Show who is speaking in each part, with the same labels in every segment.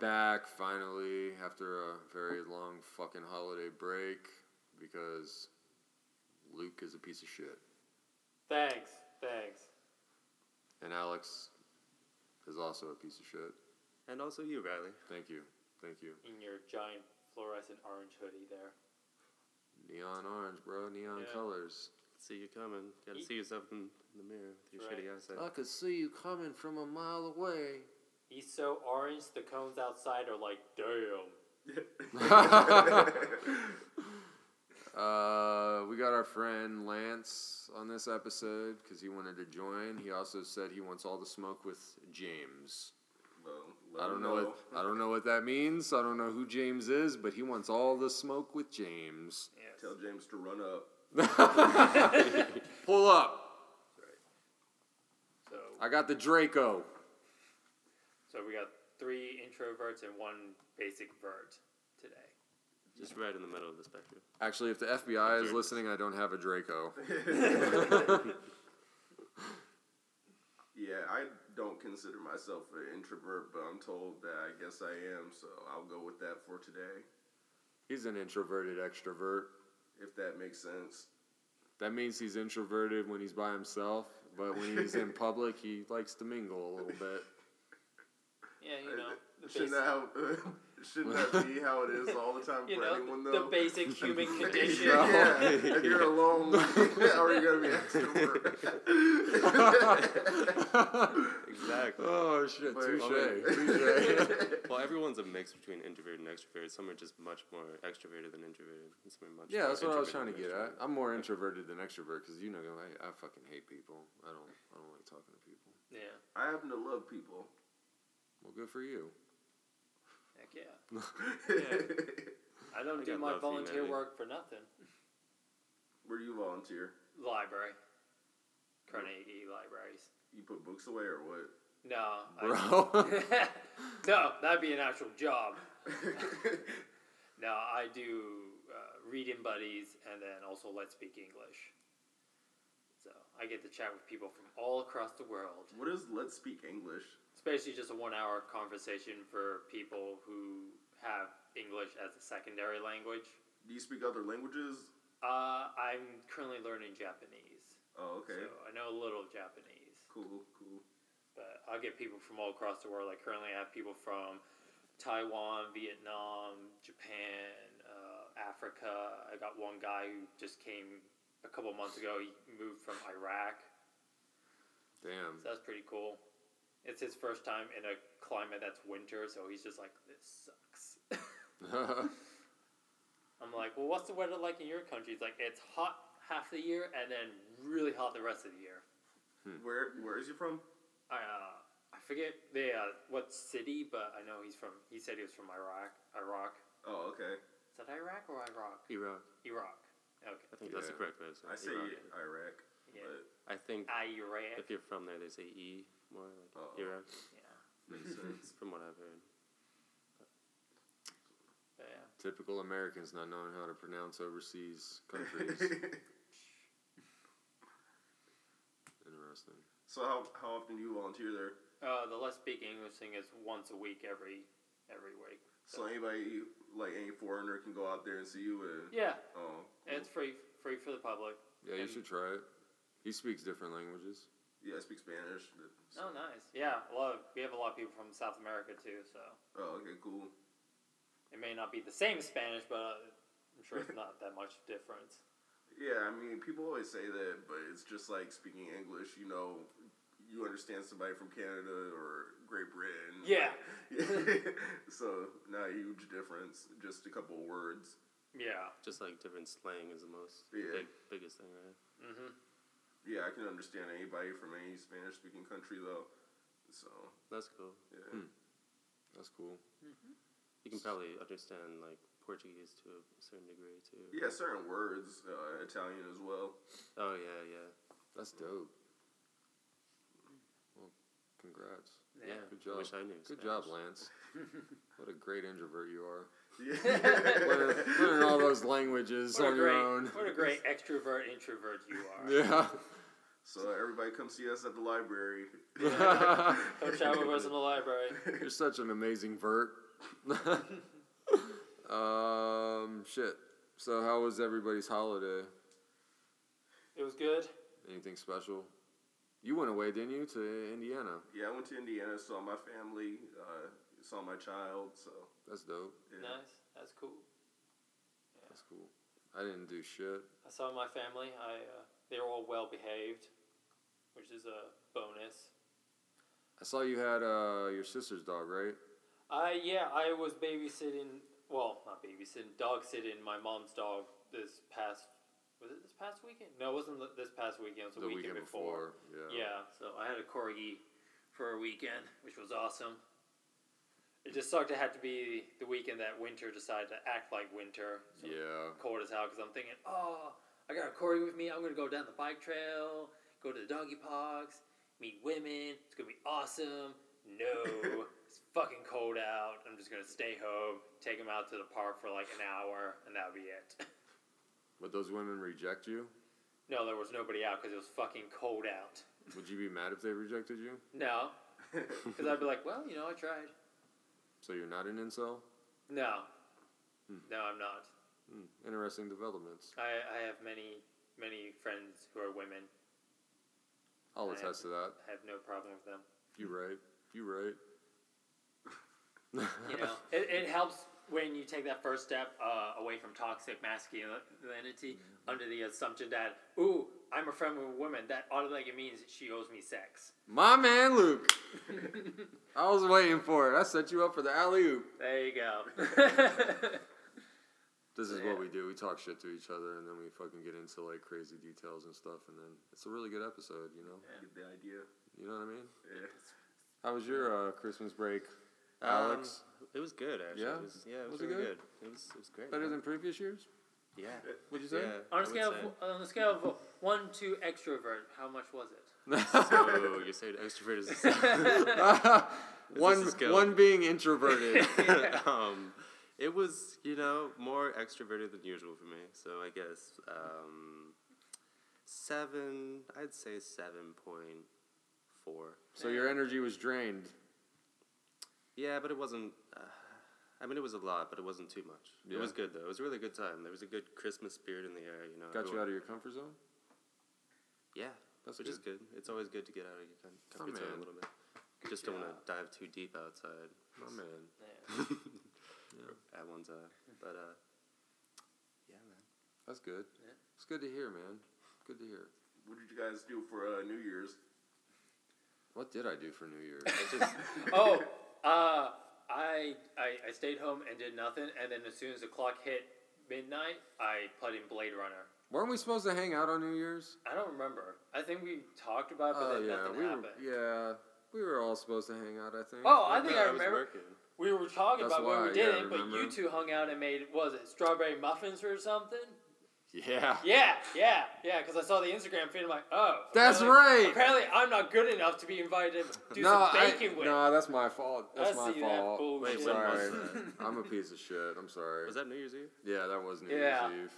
Speaker 1: back finally after a very long fucking holiday break because Luke is a piece of shit
Speaker 2: Thanks. Thanks.
Speaker 1: and Alex is also a piece of shit.
Speaker 3: And also you, Riley.
Speaker 1: Thank you, thank you.
Speaker 2: In your giant fluorescent orange hoodie there.
Speaker 1: Neon orange, bro. Neon
Speaker 2: Yeah.
Speaker 1: colors.
Speaker 3: See you coming. Gotta
Speaker 2: Ye-
Speaker 3: see yourself in, in the mirror with your
Speaker 2: Right.
Speaker 3: shitty eyesight.
Speaker 1: I could see you coming from a mile away.
Speaker 2: He's so orange, the cones outside are like, damn.
Speaker 1: Uh, we got our friend Lance on this episode because he wanted to join. He also said he wants all the smoke with James.
Speaker 4: Well,
Speaker 1: I don't know. What, I don't know what that means. I don't know who James is, but he wants all the smoke with James.
Speaker 4: Tell James to run up.
Speaker 1: Pull up.
Speaker 2: So,
Speaker 1: I got the Draco.
Speaker 2: so we got three introverts and one basic vert today.
Speaker 3: Just right in the middle of the spectrum.
Speaker 1: Actually, if the FBI is listening, I don't have a Draco.
Speaker 4: Yeah, I don't consider myself an introvert, but I'm told that I guess I am, so I'll go with that for today,
Speaker 1: He's an introverted extrovert.
Speaker 4: if that makes sense.
Speaker 1: That means he's introverted when he's by himself, but when he's in public, he likes to mingle a little bit.
Speaker 2: Yeah, you know, the
Speaker 4: Shouldn't that,
Speaker 2: basic,
Speaker 4: how, shouldn't that be how it is all the time
Speaker 2: you
Speaker 4: for
Speaker 2: know,
Speaker 4: anyone,
Speaker 2: the,
Speaker 4: though?
Speaker 2: the basic human condition.
Speaker 4: yeah, if you're alone, how are you going to be extrovert?
Speaker 3: Exactly.
Speaker 1: Oh shit!
Speaker 4: But-
Speaker 1: Touche.
Speaker 4: Oh,
Speaker 1: Touche.
Speaker 3: well, everyone's a mix between introverted and extroverted. Some are just much more extroverted than introverted. and Some are much
Speaker 1: Yeah,
Speaker 3: more
Speaker 1: that's what I was trying to
Speaker 3: introverted than
Speaker 1: get at.
Speaker 3: extroverted.
Speaker 1: I'm more introverted than extrovert because you know I, I fucking hate people. I don't I don't like talking to people.
Speaker 2: Yeah.
Speaker 4: I happen to love people.
Speaker 1: Well, good for you.
Speaker 2: Heck yeah. I don't do
Speaker 3: got
Speaker 2: my
Speaker 3: love for
Speaker 2: volunteer
Speaker 3: humanity.
Speaker 2: work for nothing.
Speaker 4: Where do you volunteer?
Speaker 2: Library. Carnegie Libraries.
Speaker 4: You put books away or what?
Speaker 2: No. I,
Speaker 1: Bro,
Speaker 2: no, that'd be an actual job. No, I do uh, reading buddies and then also Let's Speak English. So I get to chat with people from all across the world.
Speaker 4: what is Let's Speak English?
Speaker 2: It's basically just a one hour conversation for people who have English as a secondary language.
Speaker 4: Do you speak other languages?
Speaker 2: Uh, I'm currently learning Japanese.
Speaker 4: Oh,
Speaker 2: So
Speaker 4: okay.
Speaker 2: I know a little Japanese.
Speaker 4: Cool, cool.
Speaker 2: But I get people from all across the world. Like currently, I have people from Taiwan, Vietnam, Japan, uh, Africa. I got one guy who just came a couple months ago. He moved from Iraq,
Speaker 1: damn.
Speaker 2: so that's pretty cool. It's his first time in a climate that's winter, so he's just like, "This sucks." I'm like, "Well, what's the weather like in your country?" He's like, "It's hot half the year and then really hot the rest of the year."
Speaker 4: Where Where is you from?
Speaker 2: I, uh, I forget the uh, what city, but I know he's from. He said he was from Iraq. Iraq.
Speaker 4: Oh, okay.
Speaker 2: Is that Iraq or Iraq?
Speaker 3: Iraq.
Speaker 2: Iraq.
Speaker 3: I
Speaker 2: Okay.
Speaker 3: think that's the
Speaker 1: Yeah. E.
Speaker 3: correct way to say
Speaker 4: I
Speaker 3: it.
Speaker 4: say
Speaker 3: Iraq.
Speaker 4: Iraq,
Speaker 2: Yeah.
Speaker 4: but
Speaker 3: I think
Speaker 2: Iraq.
Speaker 3: if you're from there, they say E more like
Speaker 4: Oh.
Speaker 3: Iraq.
Speaker 2: Yeah.
Speaker 4: makes sense.
Speaker 3: From what I've heard.
Speaker 2: But yeah.
Speaker 1: Typical Americans not knowing how to pronounce overseas countries. Interesting.
Speaker 4: so how how often do you volunteer there?
Speaker 2: Uh, the Let's Speak English thing is once a week, every every week.
Speaker 4: So anybody like any foreigner can go out there and see you and
Speaker 2: Yeah,
Speaker 4: oh
Speaker 2: and it's free free for the public.
Speaker 1: Yeah, you
Speaker 2: And-
Speaker 1: should try it. He speaks different languages.
Speaker 4: yeah I speak Spanish. but-
Speaker 2: Oh, nice. Yeah, a lot. Of, we have a lot of people from South America too, so
Speaker 4: Oh okay cool.
Speaker 2: it may not be the same Spanish, but I'm sure it's not that much difference.
Speaker 4: Yeah I mean people always say that but it's just like speaking English you know you understand somebody from Canada or Great Britain.
Speaker 2: Yeah.
Speaker 4: so not a huge difference just a couple words.
Speaker 2: Yeah.
Speaker 3: Just like different slang is the most
Speaker 4: Yeah.
Speaker 3: big, biggest thing, right?
Speaker 2: Mm-hmm.
Speaker 4: Yeah, I can understand anybody from any Spanish speaking country though. So
Speaker 3: That's cool.
Speaker 4: yeah.
Speaker 1: That's cool.
Speaker 3: You can probably understand like Portuguese to a certain degree too.
Speaker 4: Yeah, certain words, uh, Italian as well.
Speaker 3: Oh yeah, yeah.
Speaker 1: That's dope. Well, congrats.
Speaker 3: Yeah.
Speaker 1: Good
Speaker 3: I
Speaker 1: job.
Speaker 3: wish I knew.
Speaker 1: Good
Speaker 3: Spanish.
Speaker 1: job, Lance. What a great introvert you are.
Speaker 4: Yeah.
Speaker 1: Learn- Learning all those languages
Speaker 2: What a
Speaker 1: on your
Speaker 2: great,
Speaker 1: own.
Speaker 2: what a great extrovert introvert you are.
Speaker 1: Yeah.
Speaker 4: So everybody come see us at the library.
Speaker 2: Come chat with us in the library.
Speaker 1: You're such an amazing vert. um, shit. So, how was everybody's holiday?
Speaker 2: It was good.
Speaker 1: Anything special? You went away, didn't you, to Indiana?
Speaker 4: yeah, I went to Indiana, saw my family, uh, saw my child. So
Speaker 1: That's dope.
Speaker 4: yeah.
Speaker 2: Nice. That's cool.
Speaker 1: That's cool. I didn't do shit.
Speaker 2: I saw my family. I uh, they were all well behaved, which is a bonus.
Speaker 1: I saw you had uh, your sister's dog, right?
Speaker 2: I yeah, I was babysitting. Well, not babysitting, dog sitting my mom's dog this past. Was it this past weekend? No, it wasn't th- this past weekend. It was the, weekend, before.
Speaker 1: Yeah.
Speaker 2: Yeah. so I had a corgi for a weekend, which was awesome. It just sucked. It had to be the weekend that winter decided to act like winter. So
Speaker 1: Yeah.
Speaker 2: cold as hell because I'm thinking, oh, I got a Corey with me. I'm gonna go down the bike trail, go to the doggy parks, meet women. It's gonna be awesome. No, it's fucking cold out. I'm just gonna stay home, take him out to the park for like an hour, and that'll be it.
Speaker 1: Would those women reject you?
Speaker 2: no, there was nobody out because it was fucking cold out.
Speaker 1: Would you be mad if they rejected you?
Speaker 2: No, because I'd be like, well, you know, I tried.
Speaker 1: So you're not an incel?
Speaker 2: No, no, I'm not.
Speaker 1: Hmm. Interesting developments.
Speaker 2: I, I have many many friends who are women.
Speaker 1: I'll
Speaker 2: I-
Speaker 1: attest to that.
Speaker 2: I have no problem with them.
Speaker 1: You right. You right.
Speaker 2: you know, it, it helps when you take that first step uh, away from toxic masculinity
Speaker 3: Mm-hmm.
Speaker 2: under the assumption that, ooh, I'm a friend with a woman. That automatically means she owes me sex.
Speaker 1: My man, Luke. I was waiting for it. I set you up for the alley oop.
Speaker 2: There you go.
Speaker 1: This is
Speaker 2: Yeah.
Speaker 1: what we do. We talk shit to each other, and then we fucking get into like crazy details and stuff, and then it's a really good episode. You know.
Speaker 4: Get the idea.
Speaker 1: You know what I mean?
Speaker 4: Yeah.
Speaker 1: How was your uh, Christmas break, Um, Alex?
Speaker 3: It was good, actually.
Speaker 1: Yeah?
Speaker 3: It was, yeah, it was,
Speaker 1: Was it
Speaker 3: really
Speaker 1: good?
Speaker 3: good? It was, it was great.
Speaker 1: Better than previous years?
Speaker 3: Yeah.
Speaker 1: Would you
Speaker 3: yeah
Speaker 1: say?
Speaker 2: on,
Speaker 3: I
Speaker 2: a
Speaker 3: would
Speaker 2: scale
Speaker 3: say.
Speaker 2: of, on a scale of one to extrovert, how much was it?
Speaker 3: So you're saying extrovert is
Speaker 1: one
Speaker 3: a skill.
Speaker 1: one being introverted.
Speaker 3: um, it was, you know, more extroverted than usual for me. So I guess um, seven, I'd say 7.4.
Speaker 1: so your energy was drained.
Speaker 3: Yeah, but it wasn't, uh, I mean, it was a lot, but it wasn't too much. It was
Speaker 1: Yeah.
Speaker 3: good, though. It was a really good time. There was a good Christmas spirit in the air, you know.
Speaker 1: Got you
Speaker 3: everyone-
Speaker 1: out of your comfort zone.
Speaker 3: Yeah,
Speaker 1: That's Oh,
Speaker 3: which is good. It's always good to get out of your com- comfort zone
Speaker 1: man.
Speaker 3: a little bit. Just don't want
Speaker 2: job.
Speaker 3: to dive too deep outside
Speaker 1: My man.
Speaker 2: Yeah.
Speaker 3: at one time. But, uh, yeah, man.
Speaker 1: That's good.
Speaker 2: Yeah.
Speaker 1: It's good to hear, man. Good to hear.
Speaker 4: What did you guys do for uh, New Year's?
Speaker 1: What did I do for New Year's?
Speaker 3: It's just,
Speaker 2: oh, uh, I, I I stayed home and did nothing, and then as soon as the clock hit midnight, I put in Blade Runner.
Speaker 1: Weren't we supposed to hang out on New Year's?
Speaker 2: I don't remember. I think we talked about it, but
Speaker 1: Oh
Speaker 2: then
Speaker 1: yeah,
Speaker 2: nothing
Speaker 1: we
Speaker 2: happened.
Speaker 1: were. Yeah, we were all supposed to hang out. I think.
Speaker 2: Oh, I think
Speaker 3: no,
Speaker 2: I
Speaker 3: was
Speaker 2: remember.
Speaker 3: working.
Speaker 2: We were talking
Speaker 1: That's
Speaker 2: about where
Speaker 1: why,
Speaker 2: we did
Speaker 1: yeah, I
Speaker 2: it, but you
Speaker 1: remember.
Speaker 2: two hung out and made was it strawberry muffins or something?
Speaker 1: Yeah.
Speaker 2: Yeah, yeah, yeah. Because I saw the Instagram feed. I'm like, oh,
Speaker 1: That's
Speaker 2: apparently-
Speaker 1: right.
Speaker 2: Apparently, I'm not good enough to be invited to do
Speaker 1: No,
Speaker 2: some
Speaker 1: I-
Speaker 2: baking with.
Speaker 1: no, that's my fault. That's
Speaker 2: I
Speaker 1: my
Speaker 2: see that
Speaker 1: fault.
Speaker 2: bullshit.
Speaker 1: I'm
Speaker 3: Wait, when was
Speaker 1: sorry. I'm a piece of shit. I'm sorry.
Speaker 3: Was that New Year's Eve?
Speaker 1: yeah, that was New
Speaker 2: Yeah.
Speaker 1: Year's Eve.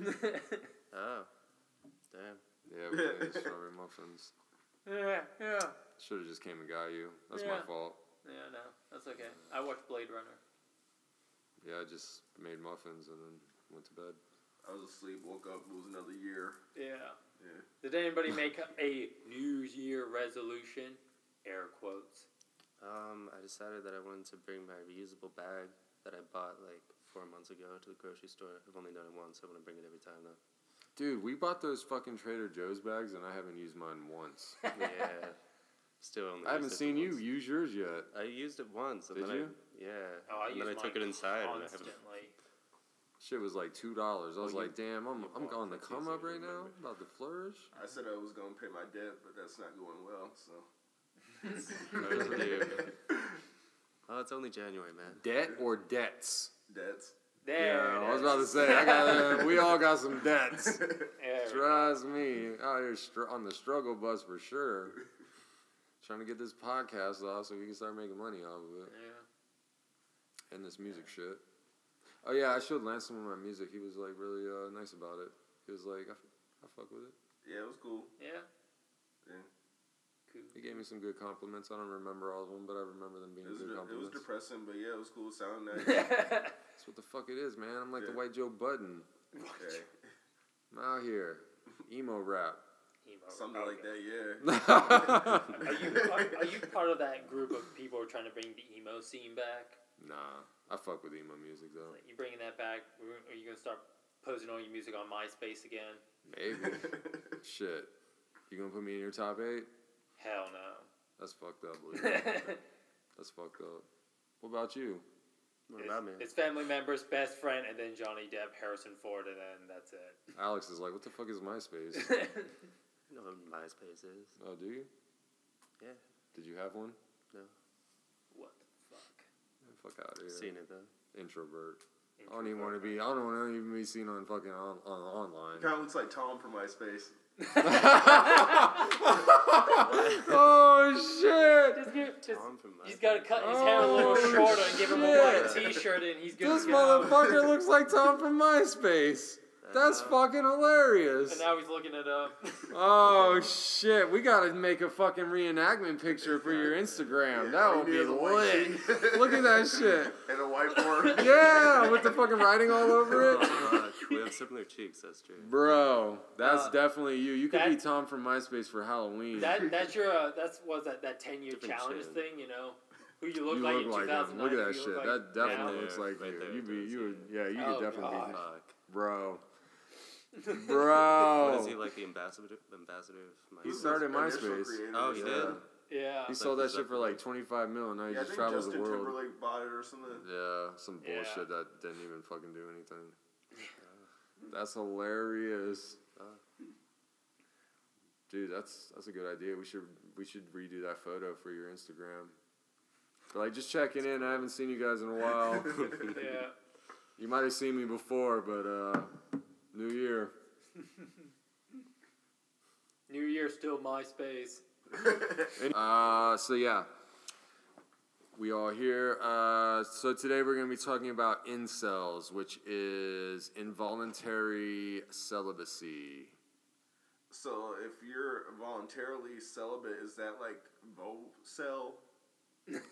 Speaker 3: Oh, damn.
Speaker 1: Yeah, we were eating strawberry muffins.
Speaker 2: yeah, yeah,
Speaker 1: Should have just came and got you. That's my
Speaker 2: Yeah.
Speaker 1: fault.
Speaker 2: yeah. No, that's okay. I watched Blade Runner.
Speaker 1: Yeah, I just made muffins and then went to bed.
Speaker 4: I was asleep, woke up, it was another year.
Speaker 2: Yeah.
Speaker 4: Yeah.
Speaker 2: Did anybody make a New Year resolution? Air quotes.
Speaker 3: Um, I decided that I wanted to bring my reusable bag that I bought like four months ago to the grocery store. I've only done it once. I want to bring it every time though.
Speaker 1: Dude, we bought those fucking Trader Joe's bags and I haven't used mine once.
Speaker 3: yeah. Still only.
Speaker 1: I haven't
Speaker 3: used it
Speaker 1: seen you
Speaker 3: once.
Speaker 1: use yours yet.
Speaker 3: I used it once. And
Speaker 1: Did
Speaker 3: then
Speaker 1: you?
Speaker 3: I, yeah.
Speaker 2: Oh, I
Speaker 3: and
Speaker 2: use
Speaker 3: then I
Speaker 2: mine
Speaker 3: took it inside. And I haven't.
Speaker 2: constantly.
Speaker 1: Shit was like two dollars. I was
Speaker 3: you-
Speaker 1: like, damn, I'm
Speaker 3: you
Speaker 1: I'm on
Speaker 3: bought
Speaker 1: the
Speaker 3: cookies,
Speaker 1: come
Speaker 3: I
Speaker 1: up right now.
Speaker 3: remember.
Speaker 1: I'm about to flourish.
Speaker 4: I said I was going to pay my debt, but that's not going well, so.
Speaker 3: That was you. Oh, it's only January, man.
Speaker 1: Debt or debts?
Speaker 4: Debts.
Speaker 2: There
Speaker 1: Yeah,
Speaker 2: it
Speaker 1: I was
Speaker 2: is.
Speaker 1: about to say. I got. uh, we all got some debts.
Speaker 2: There it
Speaker 1: Trust me, out here str- on the struggle bus for sure. Trying to get this podcast off so we can start making money off of it
Speaker 2: Yeah.
Speaker 1: and this music shit. Oh yeah, I showed Lance some of my music. He was like really uh, nice about it. He was like, I, f- I fuck with it.
Speaker 4: Yeah, it was cool.
Speaker 2: Yeah.
Speaker 4: Yeah.
Speaker 2: Cool.
Speaker 1: He gave me some good compliments. I don't remember all of them, but I remember them being
Speaker 4: It was,
Speaker 1: good
Speaker 4: de- it was
Speaker 1: compliments.
Speaker 4: depressing, but yeah, it was cool. It sounded nice.
Speaker 2: Right.
Speaker 1: That's what the fuck it is, man. I'm like the
Speaker 4: Yeah.
Speaker 1: white Joe Budden.
Speaker 4: Yeah.
Speaker 1: I'm out here. Emo rap.
Speaker 2: Emo.
Speaker 4: Something like that, yeah.
Speaker 1: nah.
Speaker 2: Are you, are, are you part of that group of people who are trying to bring the emo scene back?
Speaker 1: I fuck with emo music though.
Speaker 2: Like, you bringing that back? Are you gonna start posting all your music on MySpace again?
Speaker 1: Maybe. Shit. You gonna put me in your top eight?
Speaker 2: Hell no.
Speaker 1: That's fucked up, Lee. That's fucked up. What about you?
Speaker 3: What about me?
Speaker 2: it's, it's family members, best friend, and then Johnny Depp, Harrison Ford, and then that's it.
Speaker 1: Alex is like, what the fuck is MySpace?
Speaker 3: You know what MySpace is.
Speaker 1: oh, do you?
Speaker 3: Yeah.
Speaker 1: Did you have one?
Speaker 3: No.
Speaker 2: what the fuck?
Speaker 1: Man, Fuck out here.
Speaker 3: Seen it though.
Speaker 1: Introvert. I don't even want to be. I don't want to even be seen on fucking on, on online.
Speaker 4: kind of looks like Tom from MySpace.
Speaker 1: oh shit!
Speaker 2: Just give, just,
Speaker 3: Tom from
Speaker 2: he's
Speaker 3: MySpace.
Speaker 2: got to cut his hair a little
Speaker 1: Oh,
Speaker 2: shorter and give him a white
Speaker 1: shit.
Speaker 2: T-shirt, and he's good
Speaker 1: This
Speaker 2: to go.
Speaker 1: motherfucker looks like Tom from MySpace. That's
Speaker 3: Uh-huh.
Speaker 1: fucking hilarious.
Speaker 2: And now he's looking it up.
Speaker 1: Oh shit! We gotta make a fucking reenactment picture for your Instagram.
Speaker 4: Yeah,
Speaker 1: that
Speaker 4: all
Speaker 1: would
Speaker 4: you need
Speaker 1: be
Speaker 4: is a white
Speaker 1: lit.
Speaker 4: sheet.
Speaker 1: Look at that shit.
Speaker 4: And a whiteboard.
Speaker 1: Yeah, with the fucking writing all over it.
Speaker 3: Oh, fuck. We have similar cheeks, that's true.
Speaker 1: Bro, that's
Speaker 2: Uh,
Speaker 1: definitely you. You could be
Speaker 2: that-
Speaker 1: Tom from MySpace for Halloween.
Speaker 2: That that's your uh, that's was that that ten year
Speaker 3: Different
Speaker 2: challenge
Speaker 3: shit.
Speaker 2: thing, you know, who you
Speaker 1: you
Speaker 2: look like
Speaker 1: look
Speaker 2: in
Speaker 1: like
Speaker 2: two thousand
Speaker 1: him.
Speaker 2: nine.
Speaker 1: Look at that shit. that definitely
Speaker 3: now.
Speaker 1: looks like
Speaker 3: Right
Speaker 1: you.
Speaker 3: there,
Speaker 1: you be
Speaker 3: that's
Speaker 1: you would yeah. You
Speaker 2: Oh,
Speaker 1: could definitely be
Speaker 2: God.
Speaker 3: Fuck.
Speaker 1: bro,
Speaker 3: What is
Speaker 1: bro.
Speaker 3: he like the ambassador ambassador of MySpace?
Speaker 1: He started
Speaker 4: Initial
Speaker 1: MySpace.
Speaker 4: creator
Speaker 3: Oh,
Speaker 4: and
Speaker 3: he
Speaker 4: stuff.
Speaker 3: did?
Speaker 2: yeah.
Speaker 1: He
Speaker 3: He's-
Speaker 1: sold
Speaker 3: Like,
Speaker 1: that shit for like
Speaker 3: exactly.
Speaker 1: twenty five mil, and now he
Speaker 4: Yeah, I
Speaker 1: just
Speaker 4: think
Speaker 1: travels the
Speaker 4: Justin
Speaker 1: world.
Speaker 4: Timberlake bought it or something.
Speaker 1: Yeah, some
Speaker 2: Yeah.
Speaker 1: bullshit that didn't even fucking do anything. That's hilarious.
Speaker 3: Oh.
Speaker 1: Dude, that's that's a good idea. We should we should redo that photo for your Instagram. But, like just checking in. I haven't seen you guys in a while.
Speaker 2: yeah.
Speaker 1: you might have seen me before, but uh New Year.
Speaker 2: New Year still MySpace.
Speaker 1: Uh so yeah. We all here. Uh, so today we're going to be talking about incels, which is involuntary celibacy.
Speaker 4: So if you're voluntarily celibate, is that like vo cell?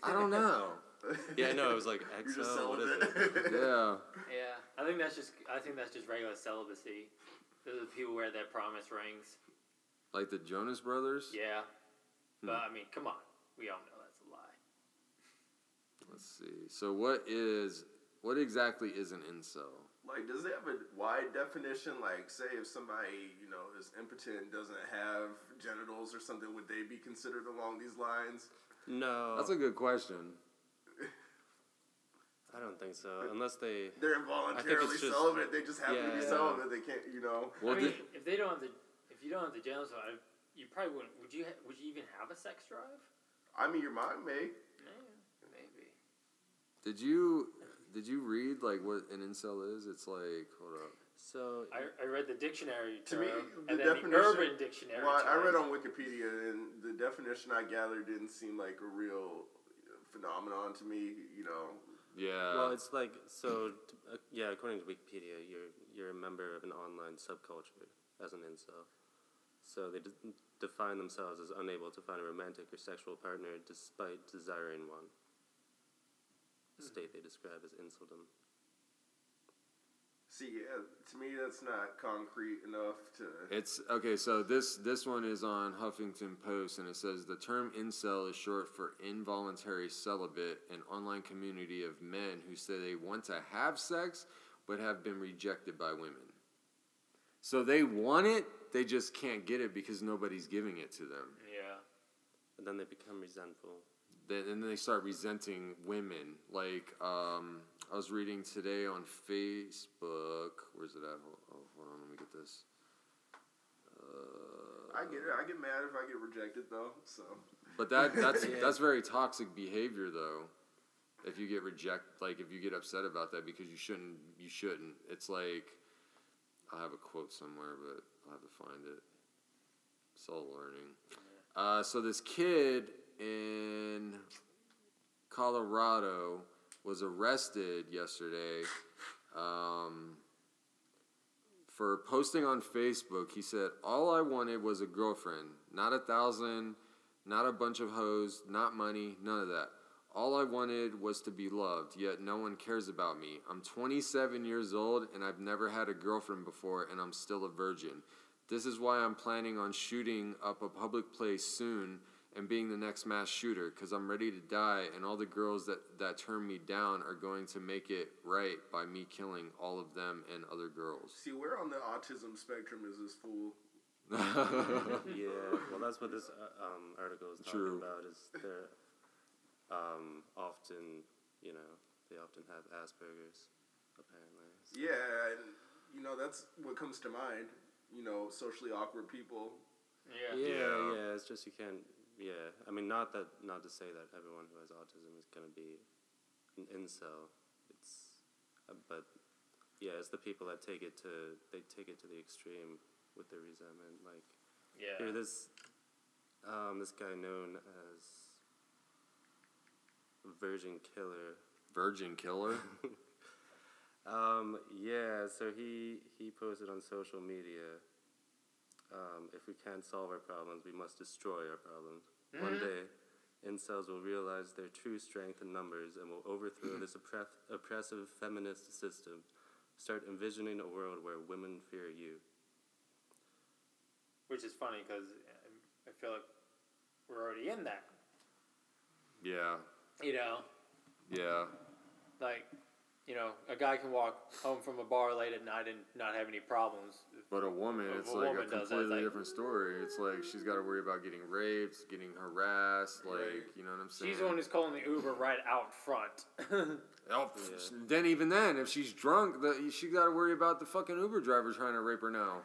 Speaker 1: I don't know.
Speaker 3: Yeah, no, it was like
Speaker 4: You're just
Speaker 3: XO. What is
Speaker 4: celibate.
Speaker 3: it?
Speaker 1: Yeah.
Speaker 2: Yeah, I think that's just I think that's just regular celibacy. Those are the people who wear their promise rings.
Speaker 1: Like the Jonas Brothers?
Speaker 2: Yeah, but
Speaker 4: Hmm.
Speaker 2: I mean, come on, we all know that's a lie.
Speaker 1: Let's see. So what is what exactly is an incel?
Speaker 4: Like, does it have a wide definition? Like, say if somebody you know is impotent, doesn't have genitals or something, would they be considered along these lines?
Speaker 3: No,
Speaker 1: That's a good question.
Speaker 3: I don't think so. Unless they,
Speaker 4: They're
Speaker 3: I think
Speaker 4: involuntarily
Speaker 3: it's just-
Speaker 4: celibate. They just happen to be
Speaker 3: yeah.
Speaker 4: celibate. They can't, you know.
Speaker 1: Well,
Speaker 2: I mean,
Speaker 1: the-
Speaker 2: if they don't have the if you don't have the genitals, I, you probably wouldn't. Would you ha- would you even have a sex drive?
Speaker 4: I mean, your mind may.
Speaker 2: Yeah, maybe.
Speaker 1: did you did you read like what an incel is? It's like hold up.
Speaker 3: so
Speaker 2: I, I read the dictionary
Speaker 4: To
Speaker 2: term
Speaker 4: me, the
Speaker 2: and then the
Speaker 4: definition-
Speaker 2: urban dictionary.
Speaker 4: Well, I
Speaker 2: term.
Speaker 4: read on Wikipedia, and the definition I gathered didn't seem like a real phenomenon to me. You know,
Speaker 1: Yeah.
Speaker 3: well, it's like so. t- Uh, yeah, according to Wikipedia, you're you're a member of an online subculture as an incel. So they d- define themselves as unable to find a romantic or sexual partner despite desiring one. A state they describe as inceldom.
Speaker 4: see, yeah, to me that's not concrete enough to.
Speaker 1: It's okay. So this this one is on Huffington Post, and it says the term incel is short for involuntary celibate, an online community of men who say they want to have sex but have been rejected by women. So they want it, they just can't get it because nobody's giving it to them.
Speaker 2: Yeah.
Speaker 3: And then they become resentful.
Speaker 1: Then and then they start resenting women. Like um, I was reading today on Facebook. Where's it at? Hold, oh, hold on, let me get this. Uh,
Speaker 4: I get it. I get mad if I get rejected though. So
Speaker 1: But that that's
Speaker 3: Yeah.
Speaker 1: that's very toxic behavior though. If you get reject like if you get upset about that because you shouldn't you shouldn't. It's like I have a quote somewhere but I'll have to find it. It's all learning. Uh, so this kid in Colorado was arrested yesterday um, for posting on Facebook. He said, All I wanted was a girlfriend, not a thousand, not a bunch of hoes, not money, none of that. All I wanted was to be loved, yet no one cares about me. I'm 27 years old and I've never had a girlfriend before, and I'm still a virgin. This is why I'm planning on shooting up a public place soon and being the next mass shooter because I'm ready to die, and all the girls that, that turn me down are going to make it right by me killing all of them and other girls.
Speaker 4: See, where on the autism spectrum is this fool?
Speaker 3: yeah, well, that's what this uh, um, article is talking
Speaker 1: True.
Speaker 3: about. Is they're um, often, you know, they often have Aspergers, apparently. So-
Speaker 4: Yeah, and, you know that's what comes to mind. You know, socially awkward people.
Speaker 2: Yeah.
Speaker 3: yeah,
Speaker 1: Yeah.
Speaker 3: yeah, It's just you can't. Yeah, I mean, not that, not to say that everyone who has autism is gonna be an incel. It's, uh, but yeah, it's the people that take it to they take it to the extreme with their resentment, like.
Speaker 2: Yeah.
Speaker 3: Here, this um, this guy known as Virgin Killer.
Speaker 1: Virgin killer?
Speaker 3: Um, yeah, so he he posted on social media. Um, if we can't solve our problems, we must destroy our problems.
Speaker 2: Mm-hmm.
Speaker 3: One day, incels will realize their true strength in numbers and will overthrow this oppre- oppressive feminist system. Start envisioning a world where women fear you.
Speaker 2: Which is funny because I feel like we're already in that.
Speaker 1: yeah,
Speaker 2: You know,
Speaker 1: yeah.
Speaker 2: like, you know, a guy can walk home from a bar late at night and not have any problems.
Speaker 1: But a woman,
Speaker 2: If
Speaker 1: it's
Speaker 2: a
Speaker 1: like
Speaker 2: woman
Speaker 1: a
Speaker 2: does that, it's
Speaker 1: completely
Speaker 2: like-
Speaker 1: different story. It's like she's got to worry about getting raped, getting harassed. Like,
Speaker 4: Right.
Speaker 1: you know what I'm saying?
Speaker 2: She's the one who's calling the Uber right out front.
Speaker 1: Oh, pff, Then even then, if she's drunk, the, she got to worry about the fucking Uber driver trying to rape her now.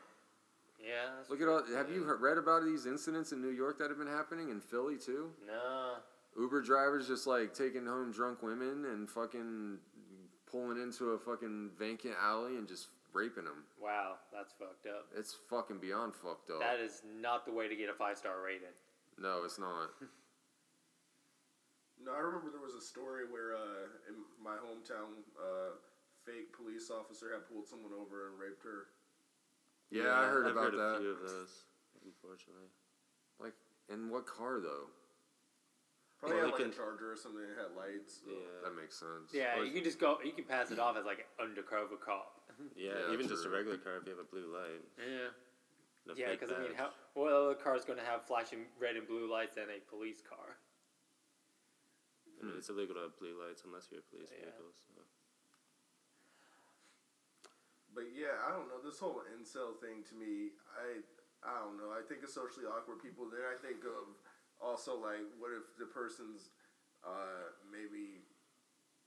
Speaker 2: yeah. that's-
Speaker 1: Look at all. Have you heard, read about these incidents in New York that have been happening in Philly too?
Speaker 2: Nah.
Speaker 1: Uber drivers just like taking home drunk women and fucking pulling into a fucking vacant alley and just raping them.
Speaker 2: Wow, that's fucked up.
Speaker 1: It's fucking beyond fucked up.
Speaker 2: That is not the way to get a five star rating.
Speaker 1: no, it's not.
Speaker 4: No, I remember there was a story where uh, in my hometown, uh, fake police officer had pulled someone over and raped her.
Speaker 1: Yeah, I heard
Speaker 3: I've
Speaker 1: about
Speaker 3: heard
Speaker 1: that.
Speaker 3: a few of those, unfortunately.
Speaker 1: Like, in what car though?
Speaker 4: Probably
Speaker 3: Well,
Speaker 4: had like
Speaker 3: they
Speaker 4: a
Speaker 3: can-
Speaker 4: charger or something that had lights. so-
Speaker 3: Yeah.
Speaker 1: That makes sense.
Speaker 2: Yeah,
Speaker 3: Or-
Speaker 2: you can just go. You can pass it off as like an undercover cop.
Speaker 3: Yeah,
Speaker 1: Yeah,
Speaker 3: even just a
Speaker 1: true.
Speaker 3: regular car if you have a blue light.
Speaker 2: Yeah.
Speaker 3: and a
Speaker 2: Yeah,
Speaker 3: fake
Speaker 2: because I mean,
Speaker 3: badge.
Speaker 2: how what other car is going to have flashing red and blue lights and a police car?
Speaker 3: I mean, it's illegal to have blue lights unless you're a police
Speaker 2: Yeah.
Speaker 3: vehicle. So.
Speaker 4: But yeah, I don't know. This whole incel thing to me, I I don't know. I think of socially awkward people. Then I think of also like, what if the person's uh, maybe